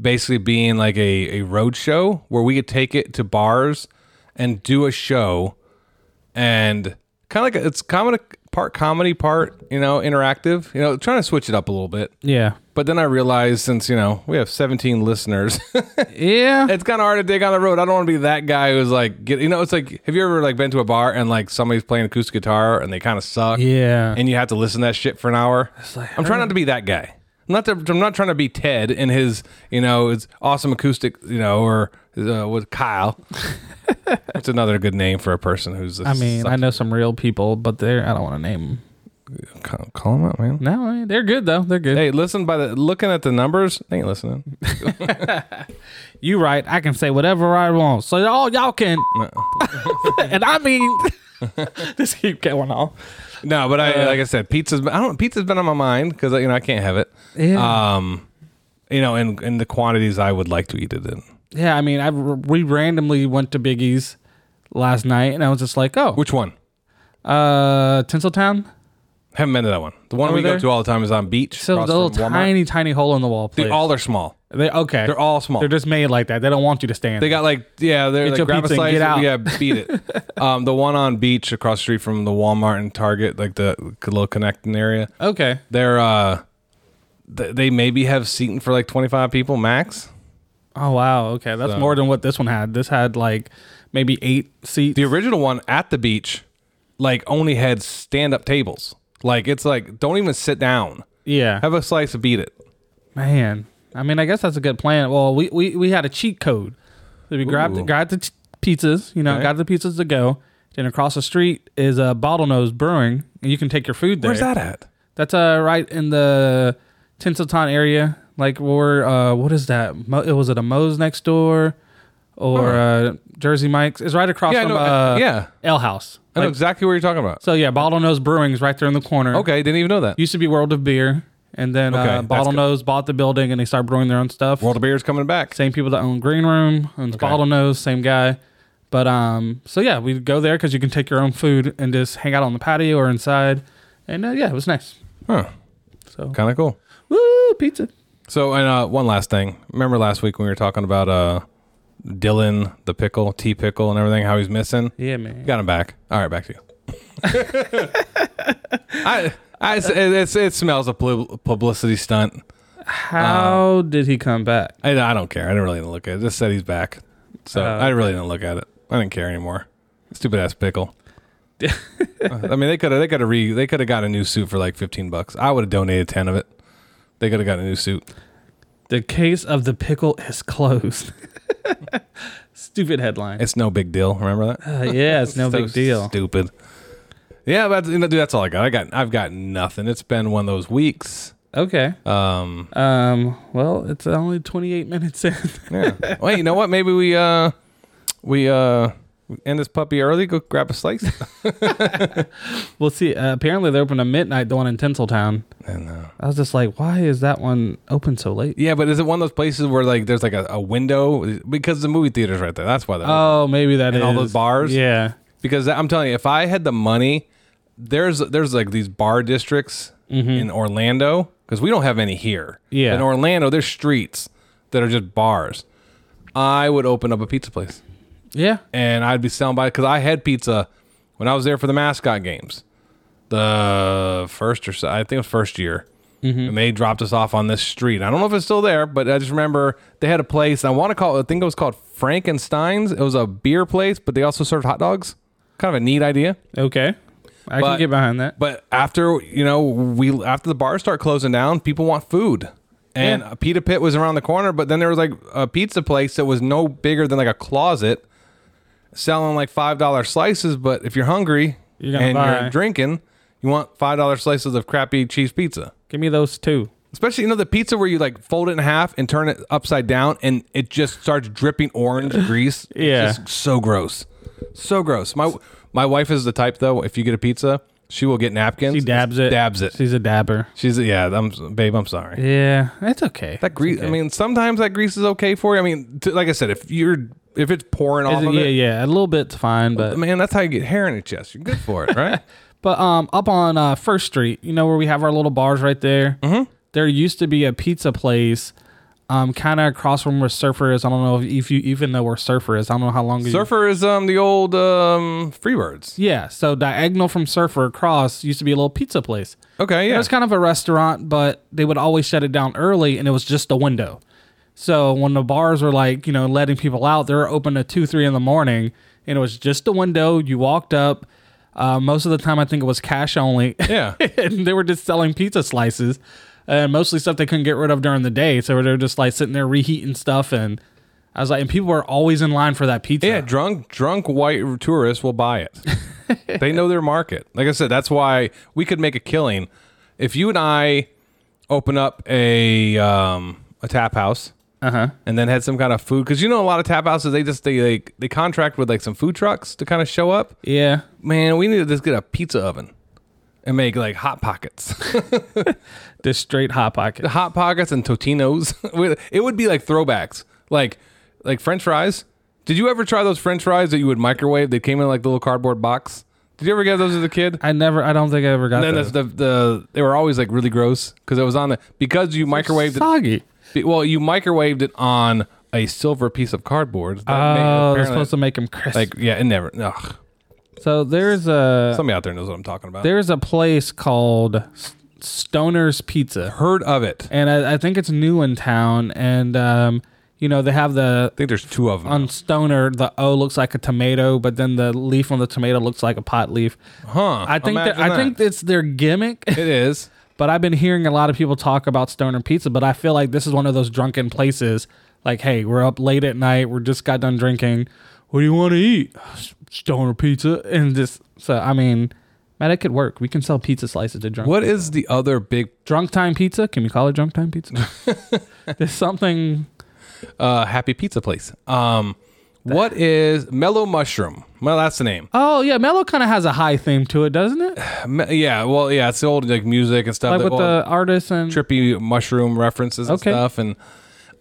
[SPEAKER 1] basically being like a a road show where we could take it to bars and do a show and kind of like a, it's comedy part comedy part, you know, interactive, you know, trying to switch it up a little bit.
[SPEAKER 2] yeah,
[SPEAKER 1] But then I realized since, you know, we have 17 listeners,
[SPEAKER 2] yeah.
[SPEAKER 1] it's kind of hard to dig on the road. I don't want to be that guy who's like, get, you know, it's like, have you ever like been to a bar and like somebody's playing acoustic guitar and they kind of suck?
[SPEAKER 2] Yeah.
[SPEAKER 1] and you have to listen to that shit for an hour. I'm trying not to be that guy. I'm not. To, I'm not trying to be Ted and his, you know, his awesome acoustic, you know, or uh, with Kyle. It's another good name for a person who's. I
[SPEAKER 2] I mean, I know some real people, but they're I don't want to name 'em.
[SPEAKER 1] call, call him out, man.
[SPEAKER 2] No, I mean, they're good though. They're good.
[SPEAKER 1] Hey, listen. By the looking at the numbers, they ain't listening.
[SPEAKER 2] You right. I can say whatever I want. So all y'all can. and I mean, just keep going on.
[SPEAKER 1] No, but
[SPEAKER 2] Uh,
[SPEAKER 1] I like I said, pizza's. I don't. Pizza's been on my mind because you know I can't have it.
[SPEAKER 2] Yeah.
[SPEAKER 1] Um, you know, in in the quantities I would like to eat it in,
[SPEAKER 2] Yeah, I mean, I we randomly went to Biggie's last night, and I was just like, oh,
[SPEAKER 1] which one?
[SPEAKER 2] uh, Tinseltown.
[SPEAKER 1] Haven't been to that one. The one
[SPEAKER 2] Over
[SPEAKER 1] we
[SPEAKER 2] there?
[SPEAKER 1] go to all the time is on beach.
[SPEAKER 2] So
[SPEAKER 1] across
[SPEAKER 2] the little
[SPEAKER 1] from Walmart.
[SPEAKER 2] tiny, tiny hole in the wall.
[SPEAKER 1] They
[SPEAKER 2] place.
[SPEAKER 1] all are small.
[SPEAKER 2] they okay.
[SPEAKER 1] They're all small.
[SPEAKER 2] They're just made like that. They don't want you to stand.
[SPEAKER 1] They got like yeah, they're
[SPEAKER 2] Get
[SPEAKER 1] like
[SPEAKER 2] your
[SPEAKER 1] grab a
[SPEAKER 2] pizza and
[SPEAKER 1] slice,
[SPEAKER 2] get out.
[SPEAKER 1] yeah, beat it. um, the one on Beach across the street from the Walmart and Target, like the little connecting area,
[SPEAKER 2] okay.
[SPEAKER 1] they're uh, th- they maybe have seating for like 25 people max.
[SPEAKER 2] Oh wow, okay, that's
[SPEAKER 1] So-
[SPEAKER 2] more than what this one had. This had like maybe eight seats.
[SPEAKER 1] The original one at the beach, like only had stand up tables. Like it's like don't even sit down.
[SPEAKER 2] yeah,
[SPEAKER 1] Have a slice of beat it.
[SPEAKER 2] man. I mean, I guess that's a good plan. Well, we we, we had a cheat code. So we grabbed
[SPEAKER 1] Ooh.
[SPEAKER 2] got the t- pizzas, you know,
[SPEAKER 1] Okay.
[SPEAKER 2] got the pizzas to go. Then across the street is a uh, bottlenose brewing, and you can take your food there.
[SPEAKER 1] Where's that at?
[SPEAKER 2] That's uh right in the Tinseltown area. Like where uh what is that? Mo- it was it a Moe's next door or uh Jersey Mike's? It's right across
[SPEAKER 1] Yeah, I
[SPEAKER 2] from
[SPEAKER 1] know-
[SPEAKER 2] uh
[SPEAKER 1] yeah.
[SPEAKER 2] L House.
[SPEAKER 1] I know
[SPEAKER 2] Like,
[SPEAKER 1] exactly what you're talking about.
[SPEAKER 2] so yeah, Bottlenose Brewing's right there in the corner.
[SPEAKER 1] Okay, didn't even know that.
[SPEAKER 2] Used to be World of Beer and then
[SPEAKER 1] Okay,
[SPEAKER 2] uh,
[SPEAKER 1] that's
[SPEAKER 2] Bottlenose bought the building and they started brewing their own stuff.
[SPEAKER 1] World of Beer's coming back.
[SPEAKER 2] same people that own Green Room owns Bottlenose, same guy. But um, so yeah, we go there because you can take your own food and just hang out on the patio or inside, and uh, yeah, it was nice.
[SPEAKER 1] Huh.
[SPEAKER 2] So
[SPEAKER 1] Kind of cool.
[SPEAKER 2] woo pizza.
[SPEAKER 1] So, and uh, one last thing. Remember last week when we were talking about uh, Dylan, the pickle, T pickle, and everything, how he's missing?
[SPEAKER 2] Yeah, man.
[SPEAKER 1] Got him back. All right, back to you. I, I, it's, it's, it smells a pub- publicity stunt.
[SPEAKER 2] How
[SPEAKER 1] um,
[SPEAKER 2] did he come back?
[SPEAKER 1] I, I don't care. I didn't really look at it. it. Just said he's back. So
[SPEAKER 2] Oh,
[SPEAKER 1] I really didn't look at it. I didn't care anymore. Stupid ass pickle. I mean, they could have they could have re they could have got a new suit for like fifteen bucks. I would have donated ten of it. They could have got a new suit.
[SPEAKER 2] The case of the pickle is closed. Stupid headline.
[SPEAKER 1] It's no big deal. Remember that?
[SPEAKER 2] Uh, yeah, it's no
[SPEAKER 1] So
[SPEAKER 2] big deal.
[SPEAKER 1] Stupid. Yeah, but you know, dude, that's all I got. I got I've got nothing. It's been one of those weeks.
[SPEAKER 2] Okay.
[SPEAKER 1] Um,
[SPEAKER 2] Um. Well, it's only 28 minutes in.
[SPEAKER 1] yeah. Wait, you know what? Maybe we uh we uh end this puppy early. Go grab a slice.
[SPEAKER 2] we'll see. Uh, apparently, they opened at midnight. The one in Tinseltown.
[SPEAKER 1] and, uh,
[SPEAKER 2] I was just like, why is that one open so late?
[SPEAKER 1] yeah, but is it one of those places where like there's like a, a window because the movie theater's right there. That's why. they're open.
[SPEAKER 2] Oh, maybe that is
[SPEAKER 1] And all those bars?
[SPEAKER 2] Yeah.
[SPEAKER 1] because I'm telling you, if I had the money, there's there's like these bar districts in Orlando because we don't have any here.
[SPEAKER 2] Yeah.
[SPEAKER 1] in Orlando, there's streets that are just bars. I would open up a pizza place
[SPEAKER 2] Yeah.
[SPEAKER 1] and I'd be selling by because I had pizza when I was there for the mascot games, the first or so, I think it was first year. And they dropped us off on this street. I don't know if it's still there, but I just remember they had a place. I want to call it, I think it was called Frankenstein's. It was a beer place, but they also served hot dogs. Kind of a neat idea.
[SPEAKER 2] Okay. I
[SPEAKER 1] But-
[SPEAKER 2] can get behind that.
[SPEAKER 1] But after you know, we after the bars start closing down, people want food, and
[SPEAKER 2] Yeah.
[SPEAKER 1] a pita pit was around the corner. But then there was like a pizza place that was no bigger than like a closet, selling like five dollar slices. But if you're hungry
[SPEAKER 2] You're gonna
[SPEAKER 1] and
[SPEAKER 2] buy.
[SPEAKER 1] you're drinking, you want five dollar slices of crappy cheese pizza.
[SPEAKER 2] Give me those two.
[SPEAKER 1] Especially you know the pizza where you like fold it in half and turn it upside down, and it just starts dripping orange grease. It's
[SPEAKER 2] Yeah.
[SPEAKER 1] just so gross, so gross. My my wife is the type though. If you get a pizza. She will get napkins.
[SPEAKER 2] She dabs it.
[SPEAKER 1] Dabs it.
[SPEAKER 2] She's a dabber.
[SPEAKER 1] She's yeah, I'm babe. I'm sorry.
[SPEAKER 2] Yeah, it's okay.
[SPEAKER 1] That grease. I mean, sometimes that grease is okay for you. I mean, t- like I said, if you're if it's pouring off
[SPEAKER 2] Is it-
[SPEAKER 1] of
[SPEAKER 2] yeah,
[SPEAKER 1] it,
[SPEAKER 2] yeah, a little bit's fine, but
[SPEAKER 1] man, that's how you get hair in your chest. You're good for it, right?
[SPEAKER 2] But um, up on uh, First Street, you know where we have our little bars right there. Mm-hmm. There used to be a pizza place, um, kind of across from where Surfer is. I don't know if, if you even know where Surfer is. I don't know how long. you-
[SPEAKER 1] Surfer is um the old um Freebirds.
[SPEAKER 2] Yeah, so diagonal from Surfer across used to be a little pizza place.
[SPEAKER 1] Okay,
[SPEAKER 2] It
[SPEAKER 1] yeah.
[SPEAKER 2] was kind of a restaurant, but they would always shut it down early, and it was just a window. So when the bars were like, you know, letting people out, they were open at two, three in the morning, and it was just a window. You walked up. Uh, most of the time, I think it was cash only.
[SPEAKER 1] Yeah.
[SPEAKER 2] and they were just selling pizza slices, and mostly stuff they couldn't get rid of during the day. So they were just like sitting there reheating stuff, and I was like, and people were always in line for that pizza.
[SPEAKER 1] Yeah, drunk drunk white tourists will buy it. they know their market. Like I said, that's why we could make a killing. If you and I open up a um a tap house, uh-huh. and then had some kind of food because you know a lot of tap houses they just they like they contract with like some food trucks to kind of show up.
[SPEAKER 2] yeah.
[SPEAKER 1] Man, we need to just get a pizza oven and make like hot pockets,
[SPEAKER 2] This straight hot pocket.
[SPEAKER 1] hot pockets and Totinos. it would be like throwbacks, like like French fries. Did you ever try those French fries that you would microwave? They came in like the little cardboard box. Did you ever get those as a kid?
[SPEAKER 2] I never. I don't think I ever got
[SPEAKER 1] And then
[SPEAKER 2] those.
[SPEAKER 1] the, the, the they were always like really gross because it was on the because you microwaved it.
[SPEAKER 2] soggy.
[SPEAKER 1] be- Well, you microwaved it on a silver piece of cardboard. That ma-
[SPEAKER 2] Oh, they're
[SPEAKER 1] apparently-
[SPEAKER 2] supposed to make them crisp.
[SPEAKER 1] like yeah, it never. Ugh.
[SPEAKER 2] so there's a
[SPEAKER 1] Somebody out there knows what I'm talking about.
[SPEAKER 2] there's a place called S- Stoner's Pizza,
[SPEAKER 1] Heard of it? I
[SPEAKER 2] and I, I think it's new in town. And um, you know they have the
[SPEAKER 1] think there's two of them.
[SPEAKER 2] on Stoner the O looks like a tomato, but then the leaf on the tomato looks like a pot leaf.
[SPEAKER 1] huh?
[SPEAKER 2] I think that,
[SPEAKER 1] imagine
[SPEAKER 2] I think
[SPEAKER 1] that.
[SPEAKER 2] it's their gimmick.
[SPEAKER 1] it is.
[SPEAKER 2] But I've been hearing a lot of people talk about Stoner Pizza, but I feel like this is one of those drunken places. Like, hey, we're up late at night. We just got done drinking. What do you want to eat? Stoner Pizza. And just, so, I mean, man, it could work. We can sell pizza slices to drunk.
[SPEAKER 1] What is the other big
[SPEAKER 2] Drunk time pizza? Can we call it drunk time pizza? There's something.
[SPEAKER 1] uh, happy pizza place? Um, what is Mellow Mushroom? Well, that's the name.
[SPEAKER 2] Oh, yeah. Mellow kind of has a high theme to it, doesn't it?
[SPEAKER 1] Me- yeah, well, yeah, it's the old like music and stuff.
[SPEAKER 2] Like
[SPEAKER 1] that-
[SPEAKER 2] with
[SPEAKER 1] well,
[SPEAKER 2] the artists and.
[SPEAKER 1] trippy mushroom references and
[SPEAKER 2] Okay.
[SPEAKER 1] stuff and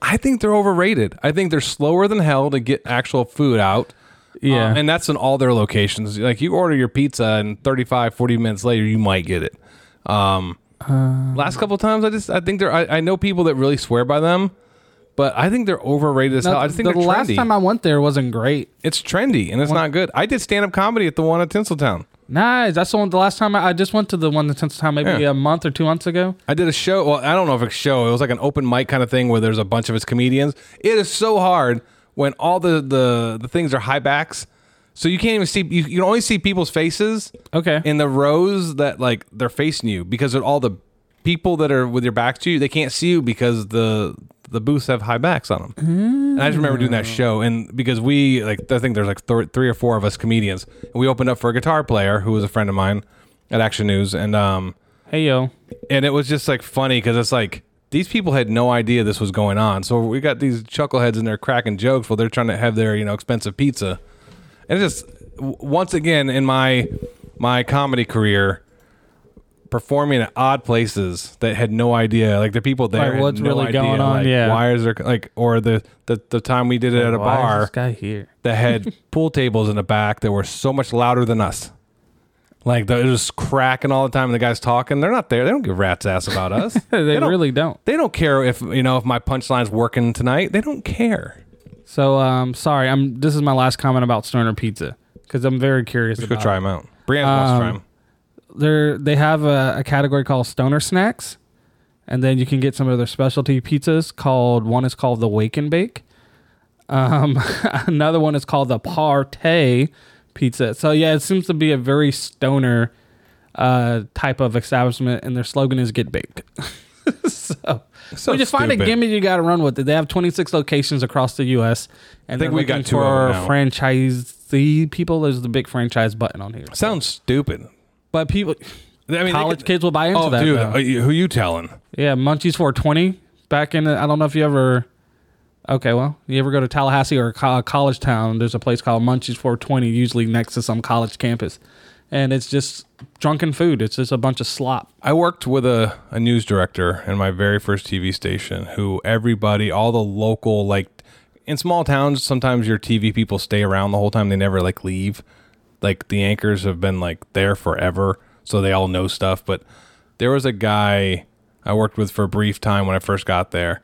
[SPEAKER 1] I think they're overrated. I think they're slower than hell to get actual food out.
[SPEAKER 2] Yeah.
[SPEAKER 1] Um, and that's in all their locations. Like you order your pizza and 35 40 minutes later you might get it. Um
[SPEAKER 2] Uh.
[SPEAKER 1] last couple times I just I think they're I, I know people that really swear by them, but I think they're overrated as
[SPEAKER 2] No,
[SPEAKER 1] hell. I just think
[SPEAKER 2] the
[SPEAKER 1] they're
[SPEAKER 2] last
[SPEAKER 1] trendy.
[SPEAKER 2] time I went there wasn't great.
[SPEAKER 1] it's trendy and it's not good. I did stand up comedy at the one at Tinseltown.
[SPEAKER 2] Nice. That's the one. The last time I, I just went to the one the tenth time, maybe
[SPEAKER 1] Yeah.
[SPEAKER 2] a month or two months ago.
[SPEAKER 1] I did a show. Well, I don't know if it's a show. It was like an open mic kind of thing where there's a bunch of us comedians. It is so hard when all the the, the things are high backs, so you can't even see. You, you can only see people's faces.
[SPEAKER 2] Okay.
[SPEAKER 1] In the rows that like they're facing you because of all the people that are with your backs to you, they can't see you because the the booths have high backs on them. And I just remember doing that show, and because we like, I think there's like th- three or four of us comedians, and we opened up for a guitar player who was a friend of mine at Action News, and um
[SPEAKER 2] Hey yo.
[SPEAKER 1] and it was just like funny because it's like these people had no idea this was going on. So we got these chuckleheads in there cracking jokes while they're trying to have their you know expensive pizza, and it's just w- once again in my my comedy career performing at odd places that had no idea like the people there
[SPEAKER 2] Like,
[SPEAKER 1] had
[SPEAKER 2] what's
[SPEAKER 1] no
[SPEAKER 2] really
[SPEAKER 1] idea,
[SPEAKER 2] going on,
[SPEAKER 1] like,
[SPEAKER 2] yeah.
[SPEAKER 1] why is there like or the the, the time we did it at a
[SPEAKER 2] Why is
[SPEAKER 1] bar
[SPEAKER 2] this guy here.
[SPEAKER 1] that had pool tables in the back that were so much louder than us. Like they're just cracking all the time. And the guys talking, they're not there. They don't give a rat's ass about us.
[SPEAKER 2] They, really don't.
[SPEAKER 1] They don't care if you know if my punchline's working tonight. They don't care.
[SPEAKER 2] So um, sorry. I'm. This is my last comment about Stoner Pizza because I'm very curious.
[SPEAKER 1] Let's
[SPEAKER 2] about
[SPEAKER 1] go try them out. Brianna wants to try
[SPEAKER 2] Uh, Um,
[SPEAKER 1] them.
[SPEAKER 2] They're, they have a, a category called Stoner Snacks, and then you can get some of their specialty pizzas called. One is called the Wake and Bake. Um, another one is called the Partay Pizza. So yeah, it seems to be a very stoner uh, type of establishment, and their slogan is "Get Baked." so,
[SPEAKER 1] So
[SPEAKER 2] when you find a
[SPEAKER 1] stupid.
[SPEAKER 2] gimmick, you got to run with it. They have 26 locations across the U.S. And
[SPEAKER 1] think
[SPEAKER 2] they're
[SPEAKER 1] we got
[SPEAKER 2] looking
[SPEAKER 1] two of
[SPEAKER 2] for
[SPEAKER 1] them now.
[SPEAKER 2] franchisee people. There's the big franchise button on here.
[SPEAKER 1] Sounds stupid.
[SPEAKER 2] But people,
[SPEAKER 1] I mean, they
[SPEAKER 2] college
[SPEAKER 1] could-
[SPEAKER 2] kids will buy into
[SPEAKER 1] Oh,
[SPEAKER 2] that.
[SPEAKER 1] dude,
[SPEAKER 2] though.
[SPEAKER 1] uh, you- who you telling?
[SPEAKER 2] Yeah, Munchies 420 back in. The, I don't know if you ever. Okay, well, you ever go to Tallahassee or co- college town? There's a place called Munchies 420, usually next to some college campus, and it's just drunken food. It's just a bunch of slop.
[SPEAKER 1] I worked with a, a news director in my very first TV station who everybody, all the local, like in small towns, sometimes your TV people stay around the whole time. They never like leave. Like the anchors have been like there forever. So they all know stuff. But there was a guy I worked with for a brief time when I first got there.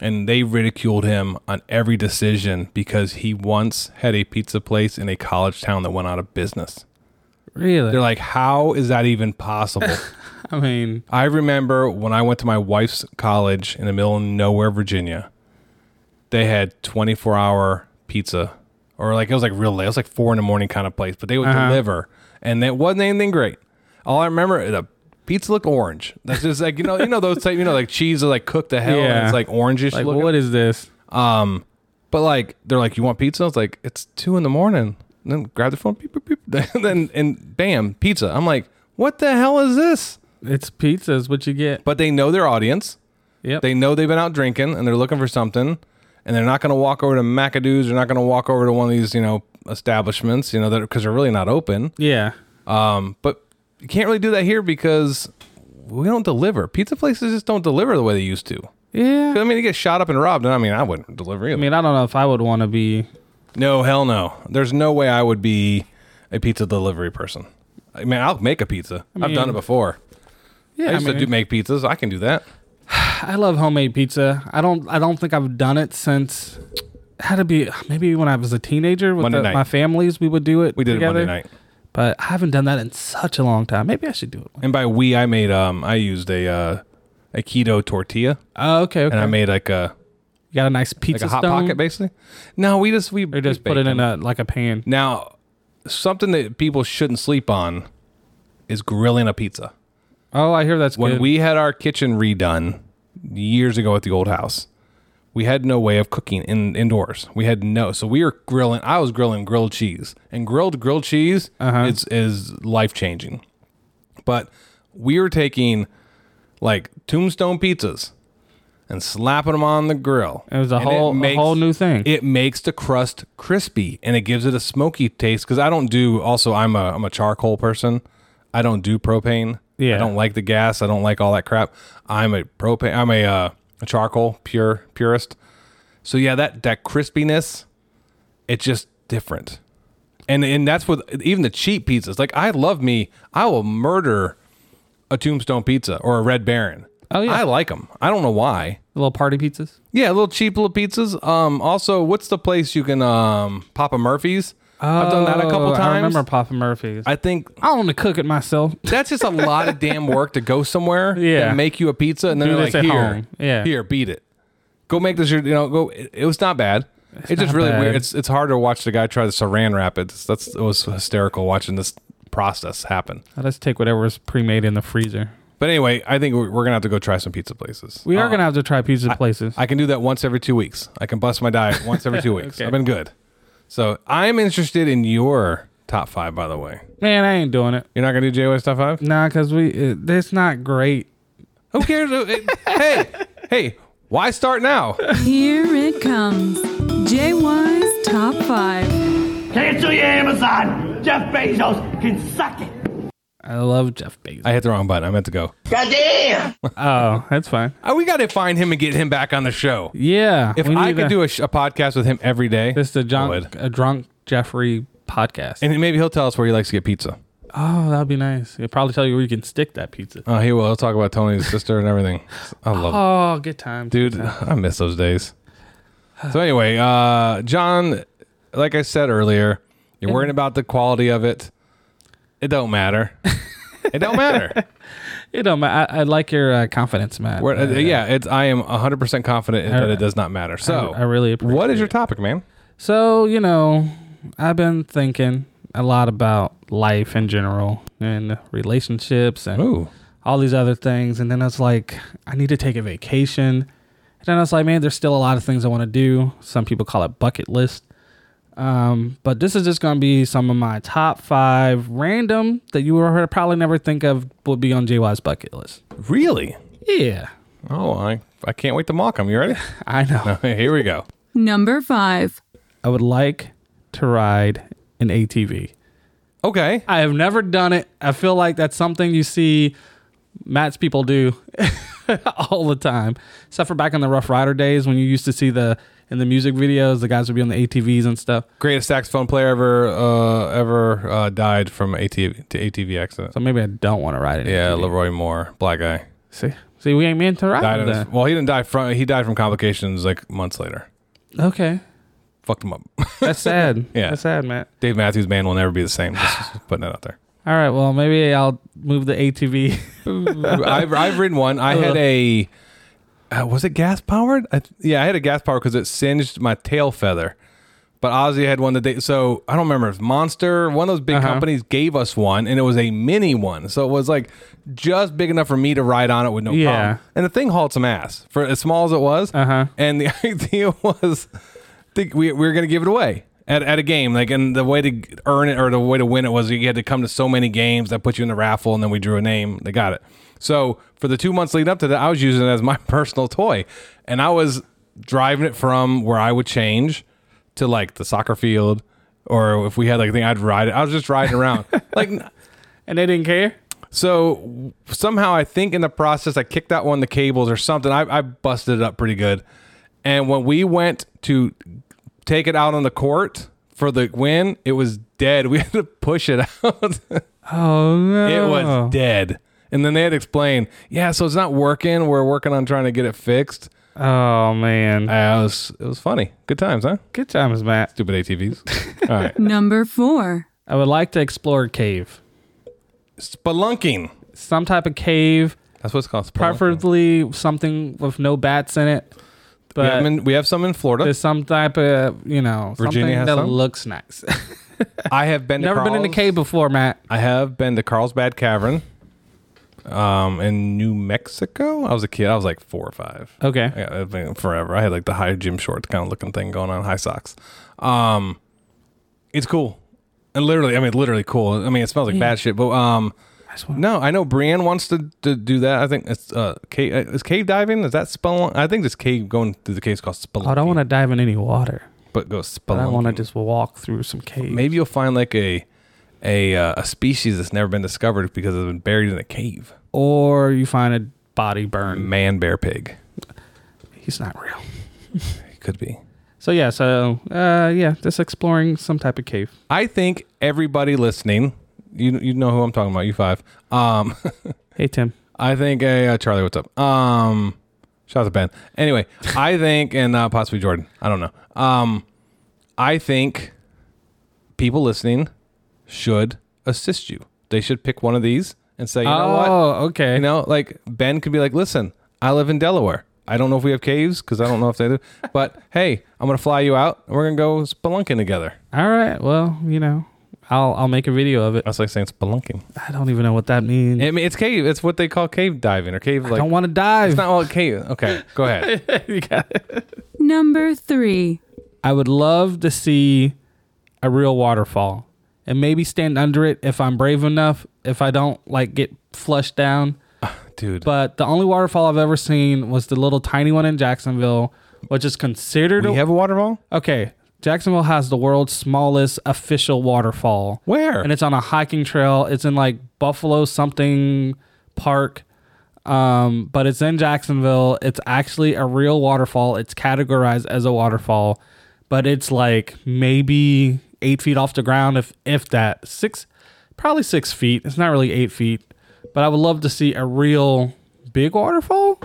[SPEAKER 1] And they ridiculed him on every decision because he once had a pizza place in a college town that went out of business.
[SPEAKER 2] Really?
[SPEAKER 1] They're like, how is that even possible?
[SPEAKER 2] I mean,
[SPEAKER 1] I remember when I went to my wife's college in the middle of nowhere, Virginia. They had 24 hour pizza, or like it was like real late. It was like four in the morning kind of place, but they would
[SPEAKER 2] Uh-huh.
[SPEAKER 1] deliver, and it wasn't anything great. All I remember the pizza looked orange. That's just like you know you know those type you know like cheese is like cooked to hell and
[SPEAKER 2] Yeah.
[SPEAKER 1] it's like orangish
[SPEAKER 2] like,
[SPEAKER 1] looking.
[SPEAKER 2] what is this?
[SPEAKER 1] But like they're like, you want pizza? I was like, it's two in the morning. And then grab the phone, beep, beep, beep. and then and bam, pizza. I'm like, what the hell is this?
[SPEAKER 2] It's pizza. Is what you get.
[SPEAKER 1] But they know their audience.
[SPEAKER 2] Yep.
[SPEAKER 1] They know they've been out drinking and they're looking for something, and they're not going to walk over to McAdoo's. They're not going to walk over to one of these, you know, establishments, you know, because they're really not open.
[SPEAKER 2] yeah.
[SPEAKER 1] Um, but you can't really do that here because we don't deliver. Pizza places just don't deliver the way they used to.
[SPEAKER 2] Yeah.
[SPEAKER 1] I mean, you get shot up and robbed, and I mean, I wouldn't deliver either.
[SPEAKER 2] I mean, I don't know if I would want to be.
[SPEAKER 1] no, hell no. There's no way I would be a pizza delivery person. I mean, I'll make a pizza. I have done it
[SPEAKER 2] mean-
[SPEAKER 1] before.
[SPEAKER 2] Yeah,
[SPEAKER 1] I used
[SPEAKER 2] mean,
[SPEAKER 1] to do make pizzas. I can do that.
[SPEAKER 2] I love homemade pizza. I don't. I don't think I've done it since. Had to be maybe when I was a teenager with
[SPEAKER 1] Monday
[SPEAKER 2] the-
[SPEAKER 1] night.
[SPEAKER 2] my families. We would do it.
[SPEAKER 1] We did
[SPEAKER 2] together.
[SPEAKER 1] it Monday night.
[SPEAKER 2] But I haven't done that in such a long time. Maybe I should do it.
[SPEAKER 1] And by we, I made um, I used a uh, a keto tortilla,
[SPEAKER 2] Oh, okay, okay.
[SPEAKER 1] and I made like a
[SPEAKER 2] you got a nice
[SPEAKER 1] Uh, like
[SPEAKER 2] pizza
[SPEAKER 1] a hot
[SPEAKER 2] stone.
[SPEAKER 1] pocket, basically. No, we just we,
[SPEAKER 2] Or just put it in a like a pan.
[SPEAKER 1] Now, something that people shouldn't sleep on is grilling a pizza.
[SPEAKER 2] Oh, I hear that's
[SPEAKER 1] When
[SPEAKER 2] good.
[SPEAKER 1] we had our kitchen redone years ago at the old house, we had no way of cooking in indoors. We had no, so we were grilling. I was grilling grilled cheese, and grilled grilled cheese
[SPEAKER 2] Uh-huh.
[SPEAKER 1] is is life changing. But we were taking like tombstone pizzas and slapping them on the grill.
[SPEAKER 2] It was a
[SPEAKER 1] And
[SPEAKER 2] whole- a whole new thing.
[SPEAKER 1] It makes the crust crispy and it gives it a smoky taste. Because I don't do. Also, I'm a I'm a charcoal person. I don't do propane.
[SPEAKER 2] Yeah.
[SPEAKER 1] I don't like the gas. I don't like all that crap. I'm a propane. I'm a uh, a charcoal pure purist. So yeah, that that crispiness, it's just different. And and that's with even the cheap pizzas. Like I love me, I will murder a tombstone pizza or a red baron.
[SPEAKER 2] Oh, yeah.
[SPEAKER 1] I like them. I don't know why.
[SPEAKER 2] little party pizzas.
[SPEAKER 1] Yeah, little cheap little pizzas. Um, also, what's the place you can um Papa Murphy's? I've done that a couple
[SPEAKER 2] Oh,
[SPEAKER 1] times.
[SPEAKER 2] I remember Papa Murphy's. I,
[SPEAKER 1] I think
[SPEAKER 2] want to cook it myself.
[SPEAKER 1] that's just a lot of damn work to go somewhere
[SPEAKER 2] Yeah.
[SPEAKER 1] and make you a pizza and then
[SPEAKER 2] Do
[SPEAKER 1] they're
[SPEAKER 2] this
[SPEAKER 1] like
[SPEAKER 2] at
[SPEAKER 1] here
[SPEAKER 2] home." Yeah.
[SPEAKER 1] here beat it go make this your you know go it, it was not bad it's, just
[SPEAKER 2] not
[SPEAKER 1] really
[SPEAKER 2] bad.
[SPEAKER 1] weird it's it's hard to watch the guy try the saran wrap it that's it was hysterical watching this process happen
[SPEAKER 2] I just take whatever is pre-made in the freezer.
[SPEAKER 1] but anyway i think we're, we're gonna have to go try some pizza places
[SPEAKER 2] We are gonna have to try pizza places.
[SPEAKER 1] Uh, i can do that once every two weeks i can bust my diet once every two weeks i've been good so i'm interested in your top five by the way
[SPEAKER 2] Man, I ain't doing it.
[SPEAKER 1] you're not gonna do jw's top five
[SPEAKER 2] Nah, cause we it, that's not great.
[SPEAKER 1] who cares Uh, hey hey why start now
[SPEAKER 7] Here it comes. JY's Top 5.
[SPEAKER 10] Cancel your Amazon. Jeff Bezos can suck it.
[SPEAKER 2] I love Jeff Bezos.
[SPEAKER 1] I hit the wrong button. I meant to go.
[SPEAKER 10] Goddamn.
[SPEAKER 2] oh, that's fine.
[SPEAKER 1] Oh, we got to find him and get him back on the show.
[SPEAKER 2] Yeah.
[SPEAKER 1] If I could do a, sh- a podcast with him every day,
[SPEAKER 2] this the
[SPEAKER 1] I
[SPEAKER 2] John
[SPEAKER 1] would.
[SPEAKER 2] a drunk Jeffrey podcast.
[SPEAKER 1] and maybe he'll tell us where he likes to get pizza.
[SPEAKER 2] oh, that'd be nice. It'll probably tell you where you can stick that pizza.
[SPEAKER 1] Oh, he will. He'll talk about Tony's sister and everything. I love it.
[SPEAKER 2] Oh, good times.
[SPEAKER 1] dude. I miss those days. So anyway, uh, John, like I said earlier, you're worrying about the quality of it. It don't matter. it don't matter.
[SPEAKER 2] You know, I, I like your uh, confidence, man.
[SPEAKER 1] We're- uh, yeah, it's. I am 100 percent confident that it does not matter. So
[SPEAKER 2] I really appreciate
[SPEAKER 1] What is your topic, man?
[SPEAKER 2] So, you know, I've been thinking a lot about life in general and relationships and
[SPEAKER 1] Ooh.
[SPEAKER 2] all these other things. And then I was like, I need to take a vacation. And then I was like, man, there's still a lot of things I want to do. Some people call it bucket list. Um, but this is just going to be some of my top five random that you will probably never think of will be on JY's bucket list.
[SPEAKER 1] Really?
[SPEAKER 2] Yeah,
[SPEAKER 1] Oh, I I can't wait to mock him. You ready?
[SPEAKER 2] I know.
[SPEAKER 1] Here we go.
[SPEAKER 7] Number 5.
[SPEAKER 2] I would like to ride an ATV.
[SPEAKER 1] Okay.
[SPEAKER 2] I have never done it. I feel like that's something you see Matt's people do all the time, except for back in the Rough Rider days when you used to see the in the music videos the guys would be on the ATVs and stuff.
[SPEAKER 1] Greatest saxophone player ever uh, ever uh, died from ATV to ATV accident.
[SPEAKER 2] So maybe I don't want to ride it.
[SPEAKER 1] Yeah, Leroy Moore, black guy.
[SPEAKER 2] See, see, we ain't meant to ride
[SPEAKER 1] Died in his,
[SPEAKER 2] that.
[SPEAKER 1] well, he didn't die from he died from complications like months later.
[SPEAKER 2] Okay,
[SPEAKER 1] Fucked him up.
[SPEAKER 2] that's sad.
[SPEAKER 1] Yeah.
[SPEAKER 2] that's sad, Matt.
[SPEAKER 1] Dave Matthews Band will never be the same. Just putting that out there.
[SPEAKER 2] All right, well maybe I'll move the ATV.
[SPEAKER 1] I've I've ridden one. I had a uh, was it gas powered? I, th- yeah, I had a gas powered because it singed my tail feather. But Ozzy had one that they so I don't remember if Monster one of those
[SPEAKER 2] Uh-huh.
[SPEAKER 1] big companies gave us one, and it was a mini one, so it was like just big enough for me to ride on it with no
[SPEAKER 2] Yeah.
[SPEAKER 1] problem. And the thing hauled some ass for as small as it was.
[SPEAKER 2] Uh-huh.
[SPEAKER 1] And the idea was, think we, we were going to give it away at, at a game. Like, and the way to earn it or the way to win it was you had to come to so many games that put you in the raffle, and then we drew a name. They got it. So for the two months leading up to that, I was using it as my personal toy, and I was driving it from where I would change to like the soccer field, or if we had like a thing, I'd ride it. I was just riding around. like,
[SPEAKER 2] and they didn't care.
[SPEAKER 1] so somehow I think in the process I kicked out one of the cables or something. I, I busted it up pretty good. And when we went to take it out on the court for the win, it was dead. We had to push it out.
[SPEAKER 2] Oh no,
[SPEAKER 1] it was dead. And then they had to explain, yeah, so it's not working. We're working on trying to get it fixed.
[SPEAKER 2] Oh man,
[SPEAKER 1] Uh, it was it was funny. Good times, huh?
[SPEAKER 2] good times, Matt.
[SPEAKER 1] Stupid ATVs. All right.
[SPEAKER 7] Number 4.
[SPEAKER 2] I would like to explore a cave,
[SPEAKER 1] Spelunking.
[SPEAKER 2] some type of cave,
[SPEAKER 1] That's what it's called. Spelunking.
[SPEAKER 2] preferably something with no bats in it.
[SPEAKER 1] We have,
[SPEAKER 2] But
[SPEAKER 1] in- we have some in Florida.
[SPEAKER 2] there's some type of you know
[SPEAKER 1] Virginia
[SPEAKER 2] something
[SPEAKER 1] has
[SPEAKER 2] that
[SPEAKER 1] some?
[SPEAKER 2] looks nice.
[SPEAKER 1] I have been.
[SPEAKER 2] Never
[SPEAKER 1] to
[SPEAKER 2] been in a
[SPEAKER 1] Carl's-
[SPEAKER 2] cave before, Matt.
[SPEAKER 1] I have been to Carlsbad Cavern, um, in New Mexico. I was a kid. I was like four or five.
[SPEAKER 2] Okay.
[SPEAKER 1] Yeah, I've been forever. I had like the high gym shorts kind of looking thing going on, high socks. Um, it's cool. And literally, I mean, literally cool. I mean, it smells like bad shit, but um, no, I know Brienne wants to, to do that. I think it's uh, cave, uh, is cave diving. Is that spelunk? I think this cave going through the cave is called spelunking.
[SPEAKER 2] Oh, I don't want to dive in any water.
[SPEAKER 1] but go
[SPEAKER 2] But I want to
[SPEAKER 1] spelunking.
[SPEAKER 2] just walk through some caves.
[SPEAKER 1] Maybe you'll find like a a uh, a species that's never been discovered because it's been buried in a cave.
[SPEAKER 2] Or you find a body burn.
[SPEAKER 1] Man, bear, pig.
[SPEAKER 2] He's not real.
[SPEAKER 1] It could be.
[SPEAKER 2] So yeah, so uh, yeah, just exploring some type of cave.
[SPEAKER 1] I think everybody listening, you you know who I'm talking about. You five. Um,
[SPEAKER 2] Hey Tim,
[SPEAKER 1] I think hey, uh, Charlie, what's up? Um, shout out to Ben. Anyway, I think and uh, possibly Jordan. I don't know. Um, I think people listening should assist you. They should pick one of these and say, you know what,
[SPEAKER 2] Oh, okay.
[SPEAKER 1] You know, like Ben could be like, listen, I live in Delaware. I don't know if we have caves because I don't know if they do. But hey, I'm gonna fly you out and we're gonna go spelunking together.
[SPEAKER 2] all right. Well, you know, I'll I'll make a video of it.
[SPEAKER 1] That's like saying spelunking.
[SPEAKER 2] I don't even know what that means.
[SPEAKER 1] I mean, it's cave. It's what they call cave diving or cave. Like,
[SPEAKER 2] I don't want to
[SPEAKER 1] It's
[SPEAKER 2] dive.
[SPEAKER 1] not all cave. Okay, go ahead.
[SPEAKER 2] You got it.
[SPEAKER 7] Number three.
[SPEAKER 2] I would love to see a real waterfall and maybe stand under it if I'm brave enough. If I don't like get flushed down.
[SPEAKER 1] Dude,
[SPEAKER 2] But the only waterfall I've ever seen was the little tiny one in Jacksonville, which is considered
[SPEAKER 1] we have a waterfall.
[SPEAKER 2] Okay. Jacksonville has the world's smallest official waterfall.
[SPEAKER 1] Where?
[SPEAKER 2] And it's on a hiking trail. It's in like Buffalo something park. Um, but it's in Jacksonville. It's actually a real waterfall. It's categorized as a waterfall, but it's like maybe eight feet off the ground, if if that. Six probably six feet. It's not really eight feet. But I would love to see a real big waterfall.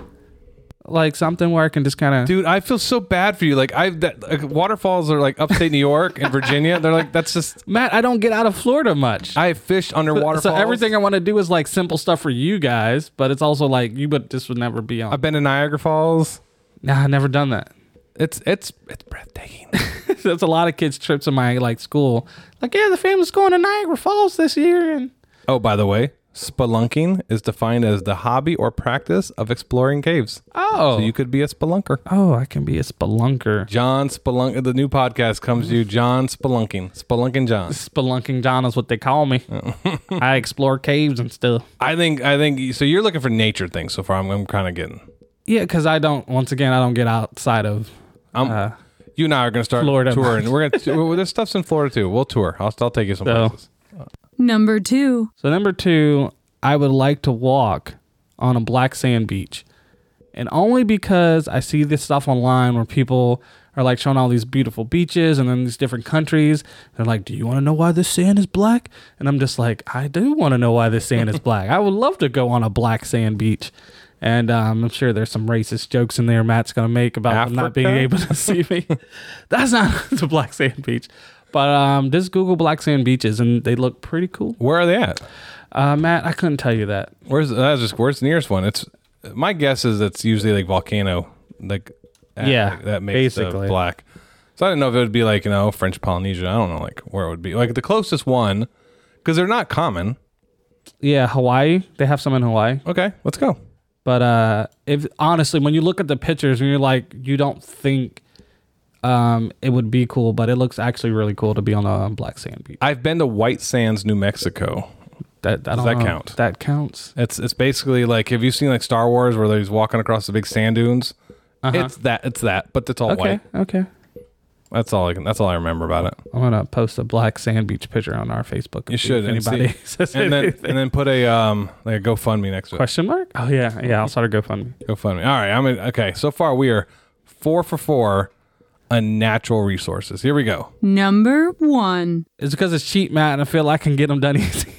[SPEAKER 2] Like something where I can just kinda
[SPEAKER 1] Dude, I feel so bad for you. Like I, that, like, waterfalls are like upstate New York and Virginia. They're like that's just.
[SPEAKER 2] Matt, I don't get out of Florida much.
[SPEAKER 1] I have fished under waterfalls.
[SPEAKER 2] so everything I want to do is like simple stuff for you guys, but it's also like you would this would never be on.
[SPEAKER 1] I've been to Niagara Falls.
[SPEAKER 2] nah, I've never done that.
[SPEAKER 1] It's it's it's breathtaking.
[SPEAKER 2] That's a lot of kids' trips in my like school. Like, yeah, the family's going to Niagara Falls this year, and
[SPEAKER 1] Oh, by the way, spelunking is defined as the hobby or practice of exploring caves.
[SPEAKER 2] oh,
[SPEAKER 1] So you could be a spelunker.
[SPEAKER 2] oh, I can be a spelunker.
[SPEAKER 1] John Spelunk, the new podcast comes to you, John Spelunking. Spelunking John.
[SPEAKER 2] Spelunking John is what they call me. I explore caves and stuff.
[SPEAKER 1] I think, I think, so you're looking for nature things so far. I'm, I'm kind of getting.
[SPEAKER 2] Yeah, because I don't. Once again, I don't get outside of.
[SPEAKER 1] I'm, you and I are going to start
[SPEAKER 2] Uh-huh. Florida.
[SPEAKER 1] touring. We're going to, well, there's stuff's in Florida too. We'll tour. I'll, I'll take you some
[SPEAKER 2] So-
[SPEAKER 1] places.
[SPEAKER 7] Number two.
[SPEAKER 2] So number two, I would like to walk on a black sand beach. And only because I see this stuff online where people are like showing all these beautiful beaches and then these different countries. They're like, Do you want to know why this sand is black? And I'm just like, I do want to know why this sand is black. I would love to go on a black sand beach. And um, I'm sure there's some racist jokes in there Matt's going to make about them not being
[SPEAKER 1] Africa?
[SPEAKER 2] able to see me. That's not the black sand beach. But um, just Google black sand beaches and they look pretty cool.
[SPEAKER 1] Where are they at?
[SPEAKER 2] Uh, Matt, I couldn't tell you that.
[SPEAKER 1] Where's, that's just, where's the nearest one? It's, my guess is it's usually like volcano, like, that-
[SPEAKER 2] Yeah,
[SPEAKER 1] that makes the
[SPEAKER 2] basically.
[SPEAKER 1] black. So I didn't know if it would be like, you know, French Polynesia. I don't know, like, where it would be. Like, the closest one, because they're not common.
[SPEAKER 2] Yeah, Hawaii. They have some in Hawaii.
[SPEAKER 1] Okay, let's go.
[SPEAKER 2] But uh, if honestly, when you look at the pictures and you're like, you don't think um, it would be cool, but it looks actually really cool to be on a black sand beach.
[SPEAKER 1] I've been to White Sands, New Mexico.
[SPEAKER 2] That, I don't
[SPEAKER 1] that
[SPEAKER 2] know.
[SPEAKER 1] count?
[SPEAKER 2] That counts.
[SPEAKER 1] It's it's basically like have you seen like Star Wars where he's walking across the big sand dunes? It's that it's that, but it's all
[SPEAKER 2] Uh-huh. Okay.
[SPEAKER 1] white.
[SPEAKER 2] Okay.
[SPEAKER 1] That's all I can. That's all I remember about it.
[SPEAKER 2] I'm gonna post a black sand beach picture on our Facebook.
[SPEAKER 1] You should and
[SPEAKER 2] If anybody
[SPEAKER 1] see-
[SPEAKER 2] says
[SPEAKER 1] and then
[SPEAKER 2] anything.
[SPEAKER 1] and then put a um like a GoFundMe next to it.
[SPEAKER 2] question mark? Oh yeah, yeah. I'll start a GoFundMe.
[SPEAKER 1] GoFundMe. All right, I'm in, okay. So far we are four for four on natural resources. Here we go.
[SPEAKER 7] Number one.
[SPEAKER 2] It's because it's cheap, Matt, and I feel I can get them done easy.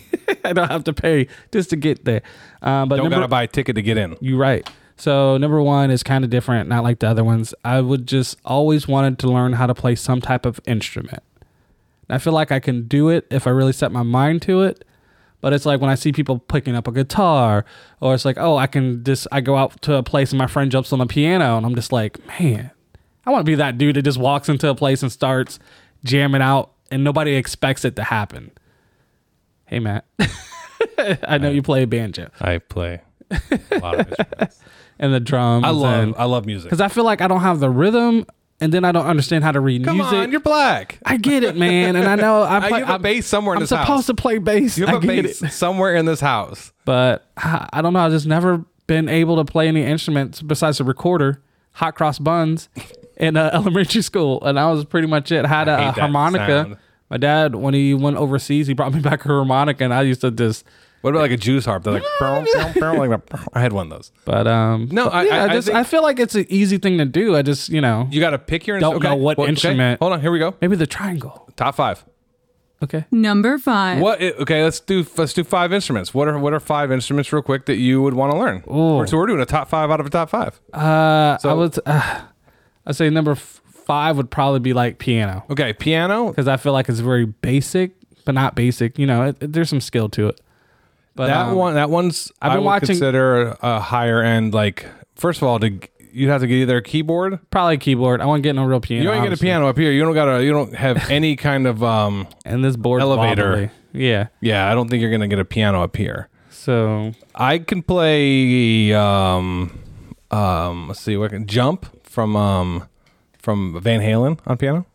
[SPEAKER 2] I don't have to pay just to get there. Um, but
[SPEAKER 1] Don't
[SPEAKER 2] number,
[SPEAKER 1] gotta buy a ticket to get in.
[SPEAKER 2] You right. So number one is kind of different, not like the other ones. I would just always wanted to learn how to play some type of instrument. And I feel like I can do it if I really set my mind to it. But it's like when I see people picking up a guitar, or it's like, oh, I can just, I go out to a place and my friend jumps on the piano, and I'm just like, man, I want to be that dude that just walks into a place and starts jamming out, and nobody expects it to happen. Hey, Matt, I know you play banjo
[SPEAKER 1] I play a lot of instruments.
[SPEAKER 2] and the drums.
[SPEAKER 1] I love I love music.
[SPEAKER 2] because I feel like I don't have the rhythm, and then I don't understand how to read
[SPEAKER 1] Come
[SPEAKER 2] music.
[SPEAKER 1] on, you're black.
[SPEAKER 2] I get it, man, and I know I
[SPEAKER 1] Uh,
[SPEAKER 2] play.
[SPEAKER 1] you have a
[SPEAKER 2] I'm-
[SPEAKER 1] bass somewhere in
[SPEAKER 2] I'm
[SPEAKER 1] this
[SPEAKER 2] supposed
[SPEAKER 1] house.
[SPEAKER 2] to play bass.
[SPEAKER 1] You have
[SPEAKER 2] I
[SPEAKER 1] a
[SPEAKER 2] get it.
[SPEAKER 1] bass somewhere in this house.
[SPEAKER 2] but I, I don't know. I've just never been able to play any instruments besides the recorder, hot cross buns, in uh, elementary school, and that was pretty much it. Had
[SPEAKER 1] hate
[SPEAKER 2] a, a
[SPEAKER 1] that
[SPEAKER 2] harmonica.
[SPEAKER 1] sound.
[SPEAKER 2] My dad, when he went overseas, he brought me back a harmonica, and I used to just.
[SPEAKER 1] What about like a juice harp? They're like, "Bow, bow, bow," like that. I had one of those.
[SPEAKER 2] But um,
[SPEAKER 1] No,
[SPEAKER 2] but
[SPEAKER 1] I-
[SPEAKER 2] yeah,
[SPEAKER 1] I- I
[SPEAKER 2] just
[SPEAKER 1] think-
[SPEAKER 2] I feel like it's an easy thing to do. I just you know
[SPEAKER 1] You got to pick your.
[SPEAKER 2] Don't know what instrument.
[SPEAKER 1] Hold on, here we go.
[SPEAKER 2] maybe the triangle.
[SPEAKER 1] Top five.
[SPEAKER 2] Okay,
[SPEAKER 7] Number five.
[SPEAKER 1] What? i- Okay, let's do let's do five instruments. What are what are five instruments real quick that you would want to learn? We're- So we're doing a top five out of a top five.
[SPEAKER 2] uh, I
[SPEAKER 1] So-
[SPEAKER 2] would uh, I say number f- five would probably be like piano.
[SPEAKER 1] Okay, piano.
[SPEAKER 2] because I feel like it's very basic, but not basic. You know, it, it- there's some skill to it. But
[SPEAKER 1] that
[SPEAKER 2] um,
[SPEAKER 1] one that one's
[SPEAKER 2] I've
[SPEAKER 1] I've been
[SPEAKER 2] been
[SPEAKER 1] I would
[SPEAKER 2] watching-
[SPEAKER 1] consider a higher end like first of all to g- you'd have to get either a keyboard
[SPEAKER 2] probably keyboard. I want to get no real piano.
[SPEAKER 1] you ain't get a
[SPEAKER 2] obviously.
[SPEAKER 1] piano up here you don't got to you don't have any kind of um
[SPEAKER 2] and this board
[SPEAKER 1] Elevator.
[SPEAKER 2] wobbly. Yeah,
[SPEAKER 1] yeah I don't think you're gonna get a piano up here
[SPEAKER 2] so
[SPEAKER 1] I can play um um let's see what I can jump from um from Van Halen on piano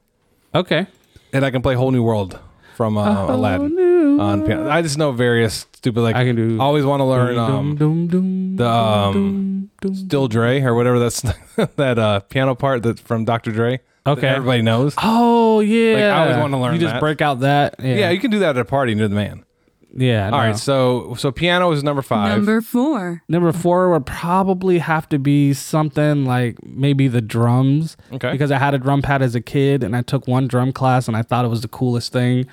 [SPEAKER 2] okay,
[SPEAKER 1] and I can play Whole New World from uh, Aladdin on piano I just know various stupid like
[SPEAKER 2] I can do-
[SPEAKER 1] always want to learn um
[SPEAKER 2] Dum, dum,
[SPEAKER 1] the um, Still Dre or whatever that's that uh, piano part that's from Dr. Dre. that
[SPEAKER 2] Okay.
[SPEAKER 1] everybody knows.
[SPEAKER 2] oh yeah.
[SPEAKER 1] Like, I always wanna learn
[SPEAKER 2] You just
[SPEAKER 1] that.
[SPEAKER 2] break out that. Yeah,
[SPEAKER 1] Yeah, you can do that at a party and do the man.
[SPEAKER 2] yeah.
[SPEAKER 1] All right,
[SPEAKER 2] no.
[SPEAKER 1] so so piano is number five.
[SPEAKER 7] Number four.
[SPEAKER 2] Number four would probably have to be something like maybe the drums.
[SPEAKER 1] Okay.
[SPEAKER 2] Because I had a drum pad as a kid and I took one drum class and I thought it was the coolest thing.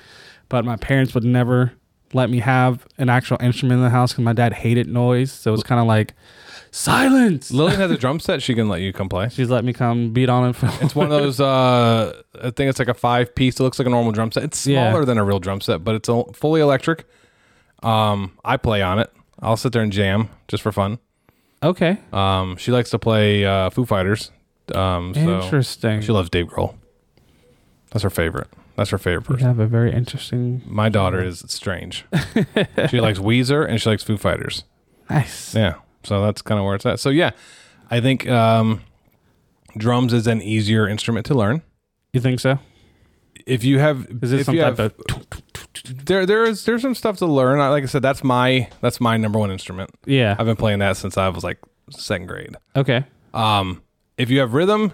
[SPEAKER 2] But my parents would never let me have an actual instrument in the house because my dad hated noise. So it was kind of like silence.
[SPEAKER 1] Lillian has a drum set she can let you come play.
[SPEAKER 2] She's let me come beat on it. For
[SPEAKER 1] It's one of those. Uh, I think it's like a five piece. It looks like a normal drum set. It's
[SPEAKER 2] Yeah.
[SPEAKER 1] smaller than a real drum set, but it's all- fully electric. Um, I play on it. I'll sit there and jam just for fun.
[SPEAKER 2] okay.
[SPEAKER 1] Um, she likes to play uh, Foo Fighters. Um, so
[SPEAKER 2] Interesting.
[SPEAKER 1] She loves Dave Grohl. That's her favorite. That's her favorite person.
[SPEAKER 2] You have a very interesting.
[SPEAKER 1] My daughter is strange. she likes Weezer and she likes Foo Fighters.
[SPEAKER 2] Nice.
[SPEAKER 1] Yeah. So that's kind of where it's at. So yeah, I think um, drums is an easier instrument to learn.
[SPEAKER 2] You think so?
[SPEAKER 1] If you have,
[SPEAKER 2] Is this
[SPEAKER 1] if
[SPEAKER 2] some
[SPEAKER 1] you
[SPEAKER 2] type
[SPEAKER 1] have-
[SPEAKER 2] of.
[SPEAKER 1] there, there is there's some stuff to learn. I- Like I said, that's my that's my number one instrument.
[SPEAKER 2] Yeah.
[SPEAKER 1] I've been playing that since I was like second grade.
[SPEAKER 2] Okay.
[SPEAKER 1] Um, if you have rhythm,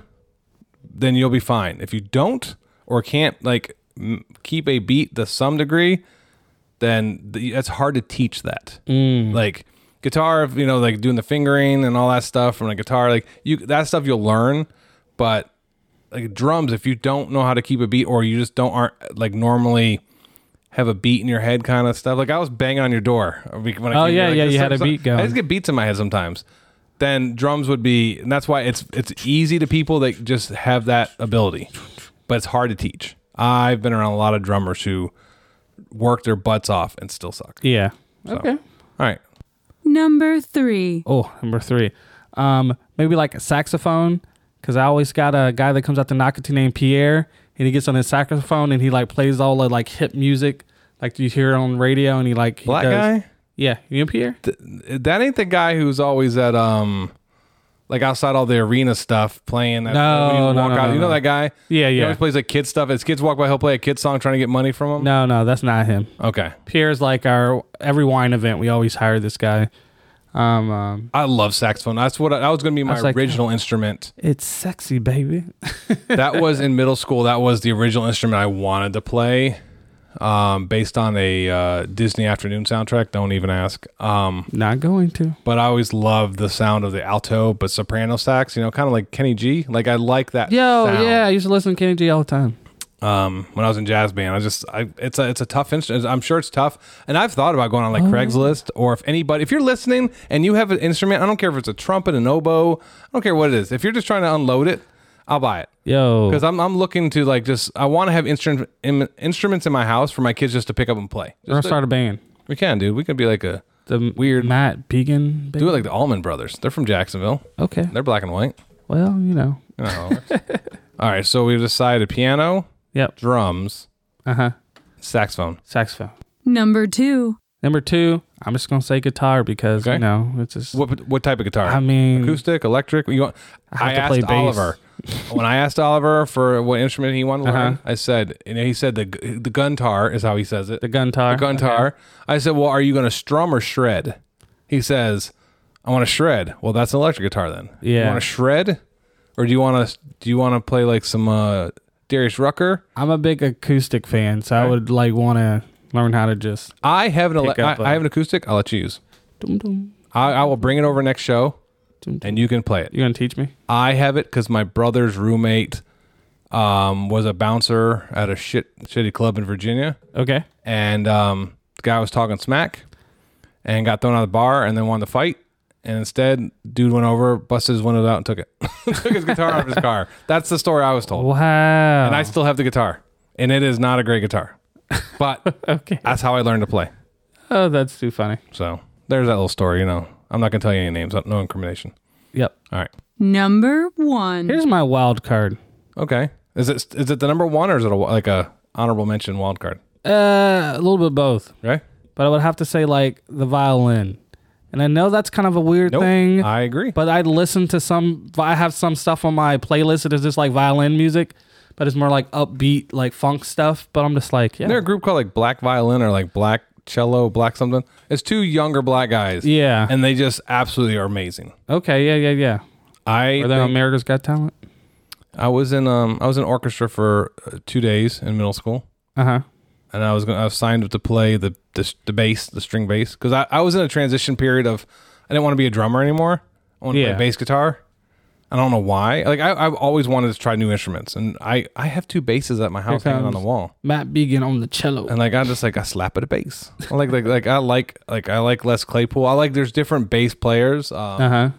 [SPEAKER 1] then you'll be fine. If you don't or can't like m- keep a beat to some degree, then th- it's hard to teach that.
[SPEAKER 2] Mm.
[SPEAKER 1] Like guitar, you know, like doing the fingering and all that stuff from the guitar, like you that stuff you'll learn, but like drums, if you don't know how to keep a beat or you just don't aren't like normally have a beat in your head kind of stuff. Like I was banging on your door when I
[SPEAKER 2] Oh,
[SPEAKER 1] came
[SPEAKER 2] yeah,
[SPEAKER 1] here, like,
[SPEAKER 2] yeah,
[SPEAKER 1] this
[SPEAKER 2] you had
[SPEAKER 1] stuff-
[SPEAKER 2] a beat going.
[SPEAKER 1] I just get beats in my head sometimes. Then drums would be, and that's why it's it's easy to people that just have that ability, but it's hard to teach. I've been around a lot of drummers who work their butts off and still suck.
[SPEAKER 2] Yeah. Okay.
[SPEAKER 1] All right,
[SPEAKER 7] Number three.
[SPEAKER 2] Oh, number three. Um, maybe like a saxophone, because I always got a guy that comes out to Nocatee named Pierre, and he gets on his saxophone and he like plays all the like hip music, like you hear on radio, and he like he
[SPEAKER 1] black
[SPEAKER 2] does-
[SPEAKER 1] guy.
[SPEAKER 2] Yeah, you know Pierre.
[SPEAKER 1] That ain't the guy who's always at um, like outside all the arena stuff playing. That,
[SPEAKER 2] No,
[SPEAKER 1] when you
[SPEAKER 2] no,
[SPEAKER 1] walk
[SPEAKER 2] no,
[SPEAKER 1] out.
[SPEAKER 2] no,
[SPEAKER 1] you know
[SPEAKER 2] no.
[SPEAKER 1] that guy.
[SPEAKER 2] Yeah,
[SPEAKER 1] He
[SPEAKER 2] yeah.
[SPEAKER 1] always plays like kid stuff. As kids walk by, he'll play a kid song trying to get money from them.
[SPEAKER 2] no, no, that's not him.
[SPEAKER 1] Okay,
[SPEAKER 2] Pierre's like our every wine event. We always hire this guy. Um, um
[SPEAKER 1] I love saxophone. That's what I, that was going to be my
[SPEAKER 2] was like,
[SPEAKER 1] original instrument.
[SPEAKER 2] it's sexy, baby.
[SPEAKER 1] that was in middle school. That was the original instrument I wanted to play, um, based on a uh, Disney afternoon soundtrack. Don't even ask. Um,
[SPEAKER 2] not going to.
[SPEAKER 1] but I always loved the sound of the alto, but soprano sax. You know, kind of like Kenny G. Like I like that.
[SPEAKER 2] Yo,
[SPEAKER 1] sound.
[SPEAKER 2] yeah, I used to listen to Kenny G all the time.
[SPEAKER 1] Um, when I was in jazz band, I just, I, it's a, it's a tough instrument. I'm sure it's tough. And I've thought about going on like Craigslist or if anybody, if you're listening and you have an instrument, I don't care if it's a trumpet, an oboe, I don't care what it is. If you're just trying to unload it, I'll buy it.
[SPEAKER 2] Yo,
[SPEAKER 1] Because I'm, I'm looking to like just I want to have instrument, in, instruments in my house for my kids just to pick up and play.
[SPEAKER 2] we're gonna
[SPEAKER 1] Just to-
[SPEAKER 2] start a band.
[SPEAKER 1] we can, dude. We could be like a
[SPEAKER 2] The weird Matt Began.
[SPEAKER 1] do it like the Allman Brothers. They're from Jacksonville.
[SPEAKER 2] okay.
[SPEAKER 1] They're black and white.
[SPEAKER 2] Well, you know.
[SPEAKER 1] You know how it works. All right, so we've decided piano,
[SPEAKER 2] Yep.
[SPEAKER 1] drums,
[SPEAKER 2] Uh huh.
[SPEAKER 1] saxophone.
[SPEAKER 2] Saxophone.
[SPEAKER 7] Number two,
[SPEAKER 2] Number two, I'm just gonna say guitar because
[SPEAKER 1] Okay.
[SPEAKER 2] you know it's just
[SPEAKER 1] What what type of guitar?
[SPEAKER 2] I mean-
[SPEAKER 1] acoustic, electric. You want? I,
[SPEAKER 2] have to play
[SPEAKER 1] asked
[SPEAKER 2] bass.
[SPEAKER 1] Oliver when I asked Oliver for what instrument he wanted to
[SPEAKER 2] Uh-huh.
[SPEAKER 1] learn. I said, and he said the gu- the guntar is how he says it.
[SPEAKER 2] the guntar.
[SPEAKER 1] The guntar. I said, well, are you going to strum or shred? He says, I want to shred. Well, that's an electric guitar then. You
[SPEAKER 2] Yeah.
[SPEAKER 1] want to shred, or do you want to do you want to play like some uh, Darius Rucker?
[SPEAKER 2] I'm a big acoustic fan, so I would like want to learn how to just.
[SPEAKER 1] I have an ele-
[SPEAKER 2] Pick up
[SPEAKER 1] I-
[SPEAKER 2] a-
[SPEAKER 1] I have an acoustic. I'll let you use.
[SPEAKER 2] Dum, dum.
[SPEAKER 1] I, I will bring it over next show,
[SPEAKER 2] Dum, dum.
[SPEAKER 1] and you can play it.
[SPEAKER 2] You gonna teach me?
[SPEAKER 1] I have it because my brother's roommate um, was a bouncer at a shit shitty club in Virginia,
[SPEAKER 2] Okay.
[SPEAKER 1] and um, the guy was talking smack and got thrown out of the bar, and then wanted to fight. And instead, dude went over, busted his windows out, and took it. took his guitar out of his car. That's the story I was told.
[SPEAKER 2] Wow.
[SPEAKER 1] And I still have the guitar, and it is not a great guitar, but
[SPEAKER 2] okay.
[SPEAKER 1] that's how I learned to play.
[SPEAKER 2] Oh, that's too funny.
[SPEAKER 1] So there's that little story. You know, I'm not gonna tell you any names. No incrimination.
[SPEAKER 2] Yep.
[SPEAKER 1] All right.
[SPEAKER 7] number one.
[SPEAKER 2] Here's my wild card.
[SPEAKER 1] Okay. Is it is it the number one or is it a, like a honorable mention wild card?
[SPEAKER 2] Uh, a little bit of both,
[SPEAKER 1] Right?
[SPEAKER 2] but I would have to say like the violin, and I know that's kind of a weird
[SPEAKER 1] Nope.
[SPEAKER 2] thing.
[SPEAKER 1] I agree.
[SPEAKER 2] but I listen to some. I have some stuff on my playlist that is just like violin music, but it's more like upbeat, like funk stuff. But I'm just like, yeah,
[SPEAKER 1] Isn't there a group called like Black Violin or like Black Cello, Black something? It's two younger black guys.
[SPEAKER 2] Yeah.
[SPEAKER 1] And they just absolutely are amazing.
[SPEAKER 2] okay, yeah, yeah, yeah.
[SPEAKER 1] I
[SPEAKER 2] Are they on
[SPEAKER 1] think-
[SPEAKER 2] America's Got Talent?
[SPEAKER 1] I was in um I was in orchestra for uh, 2 days in middle school
[SPEAKER 2] Uh huh.
[SPEAKER 1] and I was going to I was signed up to play the the, s- the bass, the string bass cuz I, I was in a transition period of I didn't want to be a drummer anymore. I want to
[SPEAKER 2] Yeah.
[SPEAKER 1] play bass guitar. I don't know why. Like I, I've always wanted to try new instruments, and I, I have two basses at my house hanging on the
[SPEAKER 2] comes-
[SPEAKER 1] wall.
[SPEAKER 2] Matt Began on the cello.
[SPEAKER 1] and like I just like I slap at a bass. I like like like I like like I like Les Claypool. I like there's different bass players. Um,
[SPEAKER 2] Uh huh.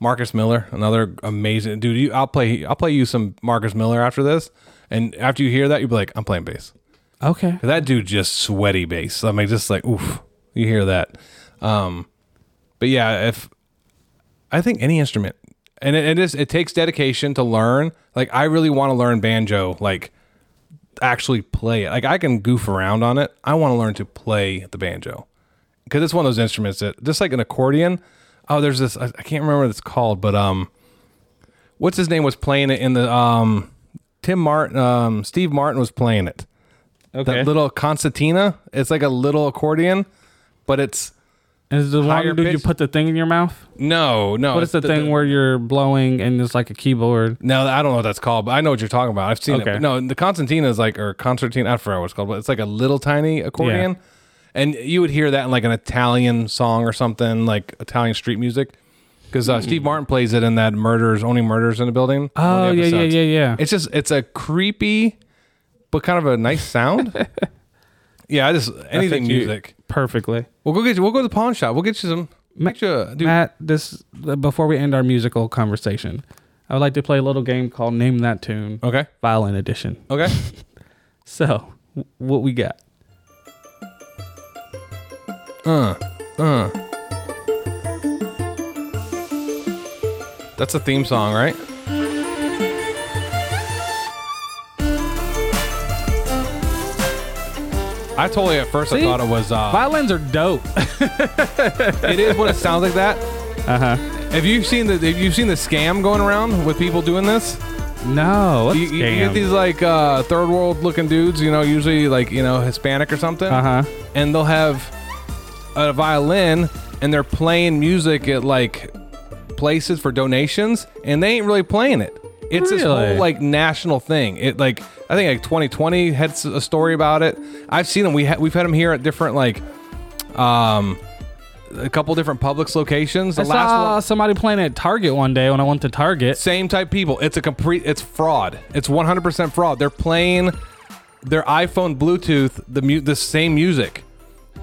[SPEAKER 1] Marcus Miller, another amazing dude. You, I'll play I'll play you some Marcus Miller after this, and after you hear that, you'll be like, I'm playing bass.
[SPEAKER 2] Okay.
[SPEAKER 1] 'Cause that dude just sweaty bass. I mean, just like oof, you hear that. Um, but yeah, if I think any instrument, and it, it is it takes dedication to learn. Like I really want to learn banjo, like actually play it. Like I can goof around on it. I want to learn to play the banjo because it's one of those instruments that just like an accordion. Oh, there's this I, I can't remember what it's called, but um, what's his name was playing it in the um. Tim Martin, um, Steve Martin was playing it
[SPEAKER 2] Okay.
[SPEAKER 1] that little concertina. It's like a little accordion, but it's
[SPEAKER 2] is the
[SPEAKER 1] higher
[SPEAKER 2] one dude you
[SPEAKER 1] pitch-
[SPEAKER 2] put the thing in your mouth?
[SPEAKER 1] no, no.
[SPEAKER 2] What is the, thing where you're blowing and it's like a keyboard?
[SPEAKER 1] No, I don't know what that's called, but I know what you're talking about. I've seen
[SPEAKER 2] Okay.
[SPEAKER 1] it. But no, the concertina is like or concertina. I forgot what it's called, but it's like a little tiny accordion, and you would hear that in like an Italian song or something, like Italian street music. Because uh, Steve Martin plays it in that murders only murders in the building. one of the
[SPEAKER 2] Oh, yeah, yeah,
[SPEAKER 1] episodes.
[SPEAKER 2] yeah, yeah.
[SPEAKER 1] It's just it's a creepy, but kind of a nice sound. yeah, I just anything
[SPEAKER 2] think you-
[SPEAKER 1] music.
[SPEAKER 2] Perfectly.
[SPEAKER 1] We'll go get you. We'll go to the pawn shop. We'll get you some. Make sure, dude.
[SPEAKER 2] Matt, this before we end our musical conversation, I would like to play a little game called Name That Tune,
[SPEAKER 1] Okay.
[SPEAKER 2] Violin Edition.
[SPEAKER 1] Okay.
[SPEAKER 2] So, w- what we got?
[SPEAKER 1] Uh-huh. That's a theme song, right? I totally at first I
[SPEAKER 2] See?
[SPEAKER 1] thought it was. Uh,
[SPEAKER 2] Violins are dope.
[SPEAKER 1] it is what it sounds like that. Uh-huh.
[SPEAKER 2] Uh huh.
[SPEAKER 1] Have you seen the Have you seen the scam going around with people doing this?
[SPEAKER 2] No,
[SPEAKER 1] You, you- you get these like uh, third world looking dudes, you know, usually like you know Hispanic or something.
[SPEAKER 2] Uh huh.
[SPEAKER 1] and they'll have a violin and they're playing music at like places for donations and they ain't really playing it. It's this whole
[SPEAKER 2] Really?
[SPEAKER 1] like national thing. It like I think like 2020 had s- a story about it. I've seen them. We ha- we've had them here at different like um a couple different Publix locations. The
[SPEAKER 2] I
[SPEAKER 1] last
[SPEAKER 2] saw
[SPEAKER 1] one
[SPEAKER 2] somebody playing at Target one day when I went to Target.
[SPEAKER 1] same type people. It's a complete it's fraud. It's 100% fraud. They're playing their iPhone Bluetooth the mu- the same music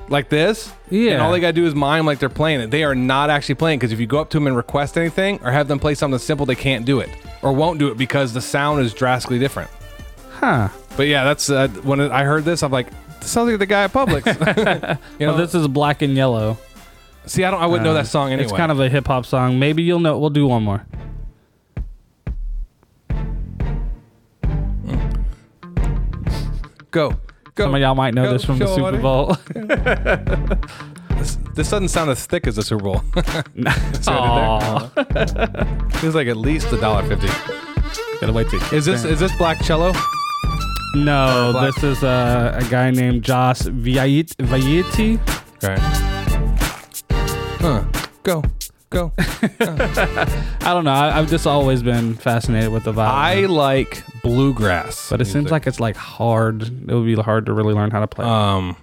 [SPEAKER 1] like this.
[SPEAKER 2] Yeah.
[SPEAKER 1] And all they got to do is mime like they're playing it. They are not actually playing because if you go up to them and request anything or have them play something simple, they can't do it. or won't do it because the sound is drastically different.
[SPEAKER 2] Huh.
[SPEAKER 1] But yeah, that's uh, when I heard this, I'm like, this sounds like the guy at Publix. you know,
[SPEAKER 2] Well, Oh, this is black and yellow.
[SPEAKER 1] see, I don't, I wouldn't know that song anyway.
[SPEAKER 2] It's kind of a hip hop song. Maybe you'll know. We'll do one more.
[SPEAKER 1] go, go.
[SPEAKER 2] Some of y'all might know this from the
[SPEAKER 1] Shorty.
[SPEAKER 2] Super Bowl.
[SPEAKER 1] This doesn't sound as thick as the Super Bowl. See what I did there? Feels like at least a dollar fifty.
[SPEAKER 2] Gotta wait to.
[SPEAKER 1] Is this is this black cello?
[SPEAKER 2] No,
[SPEAKER 1] Black.
[SPEAKER 2] this is uh, a guy named Josh Viet Vieti.
[SPEAKER 1] Right. Huh. Go, go.
[SPEAKER 2] I don't know. I, I've just always been fascinated with the
[SPEAKER 1] I
[SPEAKER 2] violin.
[SPEAKER 1] like bluegrass,
[SPEAKER 2] but it seems like it's like hard. It would be hard to really learn how to play.
[SPEAKER 1] um.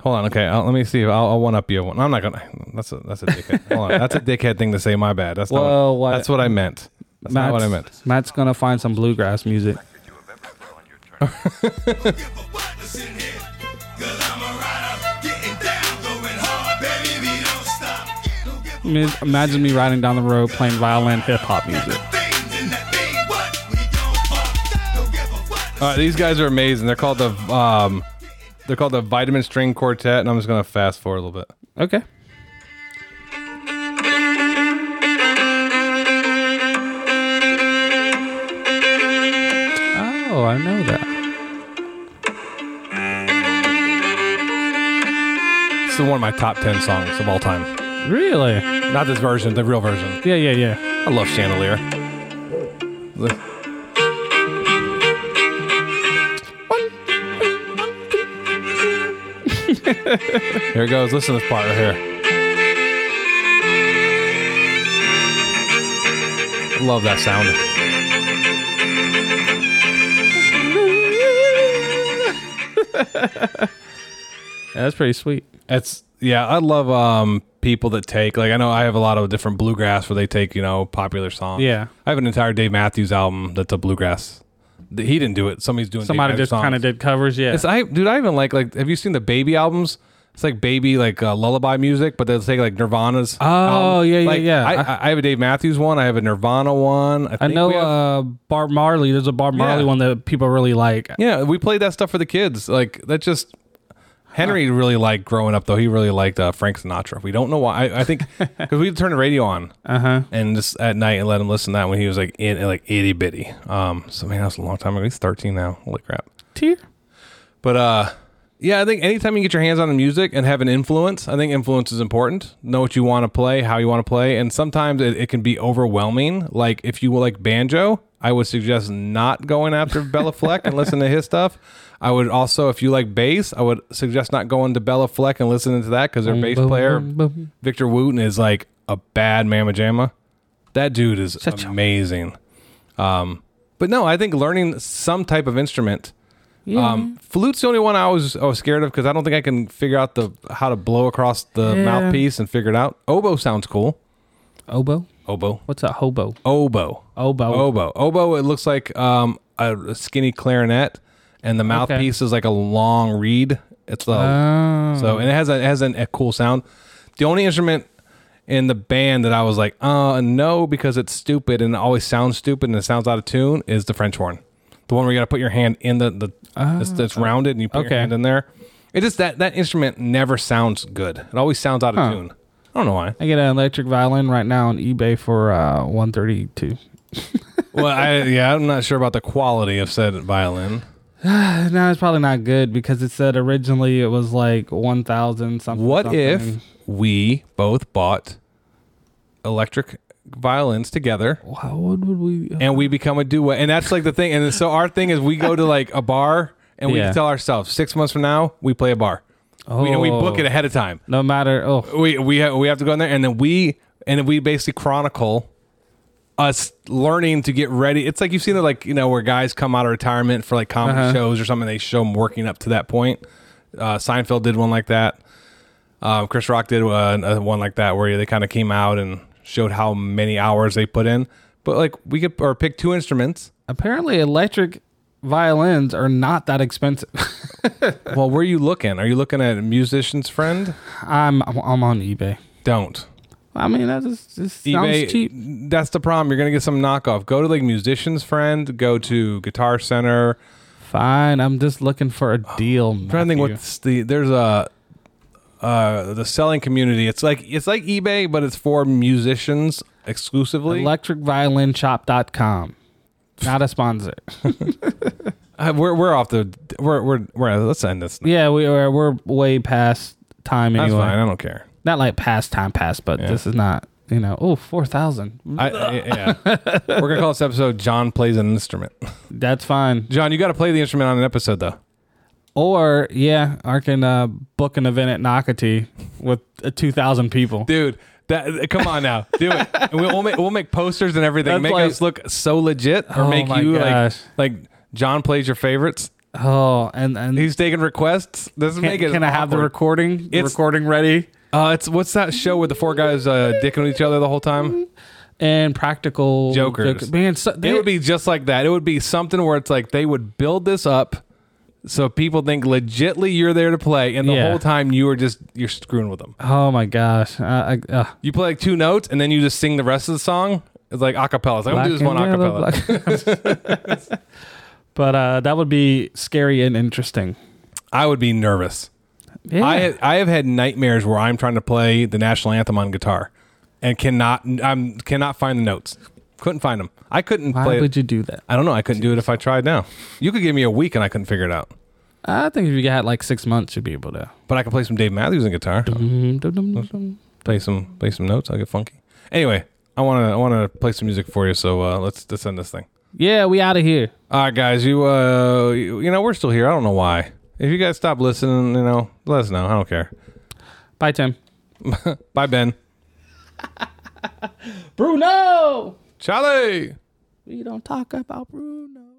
[SPEAKER 1] Hold on, okay. I'll, let me see. if I'll, I'll one up you. I'm not gonna. That's a that's a dickhead. Hold on, that's a dickhead thing to say. My bad. That's not.
[SPEAKER 2] Well, what-
[SPEAKER 1] That's what I meant. That's not what I meant.
[SPEAKER 2] Matt's gonna find some bluegrass music. I mean, Imagine me riding down the road playing violin hip hop music.
[SPEAKER 1] All right, these guys are amazing. They're called the um, they're called the Vitamin String Quartet, and I'm just gonna fast forward a little bit.
[SPEAKER 2] Okay. Oh, I know that.
[SPEAKER 1] This is one of my top ten songs of all time.
[SPEAKER 2] Really?
[SPEAKER 1] Not this version, the real version.
[SPEAKER 2] Yeah, yeah, yeah.
[SPEAKER 1] I love Chandelier. Look. here it goes. Listen to this part right here. Love that sound.
[SPEAKER 2] Yeah, that's pretty sweet.
[SPEAKER 1] It's yeah, I love um people that take like I know I have a lot of different bluegrass where they take, you know, popular songs.
[SPEAKER 2] Yeah.
[SPEAKER 1] I have an entire Dave Matthews album that's a bluegrass. Th- He didn't do it. Somebody's doing Dave
[SPEAKER 2] Somebody
[SPEAKER 1] Matthews
[SPEAKER 2] just kind of
[SPEAKER 1] songs.
[SPEAKER 2] did covers. Yeah.
[SPEAKER 1] It's I dude, I even like like have you seen the baby albums? It's like baby like uh, lullaby music, but they'll take like Nirvana's. Oh
[SPEAKER 2] yeah, yeah, yeah.
[SPEAKER 1] I, I, I have a Dave Matthews one. I have a Nirvana one.
[SPEAKER 2] I
[SPEAKER 1] think
[SPEAKER 2] know
[SPEAKER 1] we have-
[SPEAKER 2] uh, Bob Marley. There's a Bob Marley
[SPEAKER 1] Yeah.
[SPEAKER 2] one that people really like.
[SPEAKER 1] yeah, we played that stuff for the kids. Like that just Henry really liked growing up though. He really liked uh, Frank Sinatra. We don't know why. I, I think because we'd turn the radio on and just at night and let him listen to that when he was like in like itty bitty. Um, so man, that was a long time ago. He's thirteen now. Holy crap.
[SPEAKER 2] Tear.
[SPEAKER 1] But uh, yeah, I think anytime you get your hands on the music and have an influence, I think influence is important. Know what you want to play, how you want to play, and sometimes it, it can be overwhelming. Like if you like banjo, I would suggest not going after Bella Fleck and listening to his stuff. I would also, if you like bass, I would suggest not going to Bella Fleck and listening to that because their bass player Victor Wooten is like a bad mamma jamma. That dude is
[SPEAKER 2] Such a-
[SPEAKER 1] amazing. Um, but no, I think learning some type of instrument. Um, flute's the only one I was I was scared of because I don't think I can figure out the how to blow across the
[SPEAKER 2] Yeah.
[SPEAKER 1] mouthpiece and figure it out. Oboe sounds cool.
[SPEAKER 2] Oboe.
[SPEAKER 1] Oboe.
[SPEAKER 2] What's a hobo?
[SPEAKER 1] Oboe.
[SPEAKER 2] Oboe.
[SPEAKER 1] Oboe. Oboe. It looks like um, a skinny clarinet, and the mouthpiece is like a long reed. It's a so, and it has a it has an, a cool sound. The only instrument in the band that I was like, uh, no, because it's stupid and it always sounds stupid and it sounds out of tune is the French horn, the one where you got to put your hand in the the that's, that's rounded and you put
[SPEAKER 2] Okay.
[SPEAKER 1] your hand in there. It just that that instrument never sounds good. It always sounds out of tune. I don't know why.
[SPEAKER 2] I get an electric violin right now on eBay for uh, one thirty two.
[SPEAKER 1] well, I, yeah, I'm not sure about the quality of said violin.
[SPEAKER 2] No, it's probably not good because it said originally it was like one thousand something.
[SPEAKER 1] What
[SPEAKER 2] something.
[SPEAKER 1] if we both bought electric violins together
[SPEAKER 2] How what would we?
[SPEAKER 1] and we become a duet? And that's like the thing. And so our thing is we go to like a bar and we
[SPEAKER 2] Yeah.
[SPEAKER 1] tell ourselves six months from now we play a bar. We, and we book
[SPEAKER 2] Oh.
[SPEAKER 1] it ahead of time.
[SPEAKER 2] No matter. Oh,
[SPEAKER 1] We we have, we have to go in there and then we and then we basically chronicle us learning to get ready. It's like you've seen it, like you know, where guys come out of retirement for like comedy shows or something. They show them working up to that point. Uh, Seinfeld did one like that. Um, Chris Rock did one, uh, one like that where they kind of came out and showed how many hours they put in. But like we could or pick two instruments.
[SPEAKER 2] apparently electric violins are not that expensive.
[SPEAKER 1] Well, where are you looking? Are you looking at a musician's friend?
[SPEAKER 2] I'm I'm on eBay.
[SPEAKER 1] Don't.
[SPEAKER 2] I mean, that just, just sounds
[SPEAKER 1] eBay-
[SPEAKER 2] cheap.
[SPEAKER 1] That's the problem. You're gonna get some knockoff. Go to like Musician's Friend. Go to Guitar Center.
[SPEAKER 2] Fine, I'm just looking for a deal.
[SPEAKER 1] I'm trying to think
[SPEAKER 2] Matthew.
[SPEAKER 1] what's the there's a uh the selling community. It's like it's like eBay, but it's for musicians exclusively.
[SPEAKER 2] electricviolinshop.com. Not a sponsor.
[SPEAKER 1] Uh, we're we're off the we're we're, we're let's end this.
[SPEAKER 2] yeah, we are. We're way past time
[SPEAKER 1] That's
[SPEAKER 2] anyway.
[SPEAKER 1] fine. I don't care.
[SPEAKER 2] Not like past time past, but this is not. You know, oh, 4,000.
[SPEAKER 1] I, I- yeah. we're gonna call this episode "John plays an instrument."
[SPEAKER 2] That's fine.
[SPEAKER 1] John, you got to play the instrument on an episode though.
[SPEAKER 2] Or, yeah, I can uh, book an event at Nocatee with uh, 2,000 people.
[SPEAKER 1] dude. That come on now, do it. And we'll, we'll make we'll make posters and everything.
[SPEAKER 2] That's
[SPEAKER 1] make
[SPEAKER 2] like-
[SPEAKER 1] us look so legit, or
[SPEAKER 2] Oh
[SPEAKER 1] make
[SPEAKER 2] my
[SPEAKER 1] you
[SPEAKER 2] gosh.
[SPEAKER 1] like like John plays your favorites.
[SPEAKER 2] Oh, and, and
[SPEAKER 1] He's taking requests. This
[SPEAKER 2] can,
[SPEAKER 1] make it.
[SPEAKER 2] can I have the
[SPEAKER 1] awkward.
[SPEAKER 2] recording? The
[SPEAKER 1] It's-
[SPEAKER 2] recording ready?
[SPEAKER 1] Uh, it's what's that show where the four guys uh, dicking each other the whole time?
[SPEAKER 2] And practical
[SPEAKER 1] Jokers.
[SPEAKER 2] joke- Man, so,
[SPEAKER 1] It would be just like that. It would be something where it's like they would build this up. So people think legitly you're there to play, and the
[SPEAKER 2] Yeah.
[SPEAKER 1] whole time you are just you're screwing with them.
[SPEAKER 2] Oh my gosh. Uh, I, uh,
[SPEAKER 1] You play like two notes, and then you just sing the rest of the song. It's like acapella. It's like, I'm gonna do this one
[SPEAKER 2] Black and yellow,
[SPEAKER 1] acapella.
[SPEAKER 2] black- but uh, that would be scary and interesting.
[SPEAKER 1] I would be nervous.
[SPEAKER 2] Yeah.
[SPEAKER 1] I have, I have had nightmares where I'm trying to play the national anthem on guitar and cannot I'm cannot find the notes. Couldn't find them. I couldn't
[SPEAKER 2] Why
[SPEAKER 1] play
[SPEAKER 2] would
[SPEAKER 1] it.
[SPEAKER 2] you do that?
[SPEAKER 1] I don't know. I couldn't do it if I tried now. You could give me a week and I couldn't figure it out.
[SPEAKER 2] I think if you got like six months, you'd be able to.
[SPEAKER 1] But I could play some Dave Matthews on guitar. Play some play some notes. I'll get funky. Anyway, I want to I want to play some music for you. So uh, let's let's end this thing.
[SPEAKER 2] Yeah, we out of here.
[SPEAKER 1] All right, guys. You uh you, you know we're still here. I don't know why. If you guys stop listening, you know, let us know. I don't care.
[SPEAKER 2] Bye, Tim.
[SPEAKER 1] Bye, Ben.
[SPEAKER 2] Bruno!
[SPEAKER 1] Charlie.
[SPEAKER 2] We don't talk about Bruno.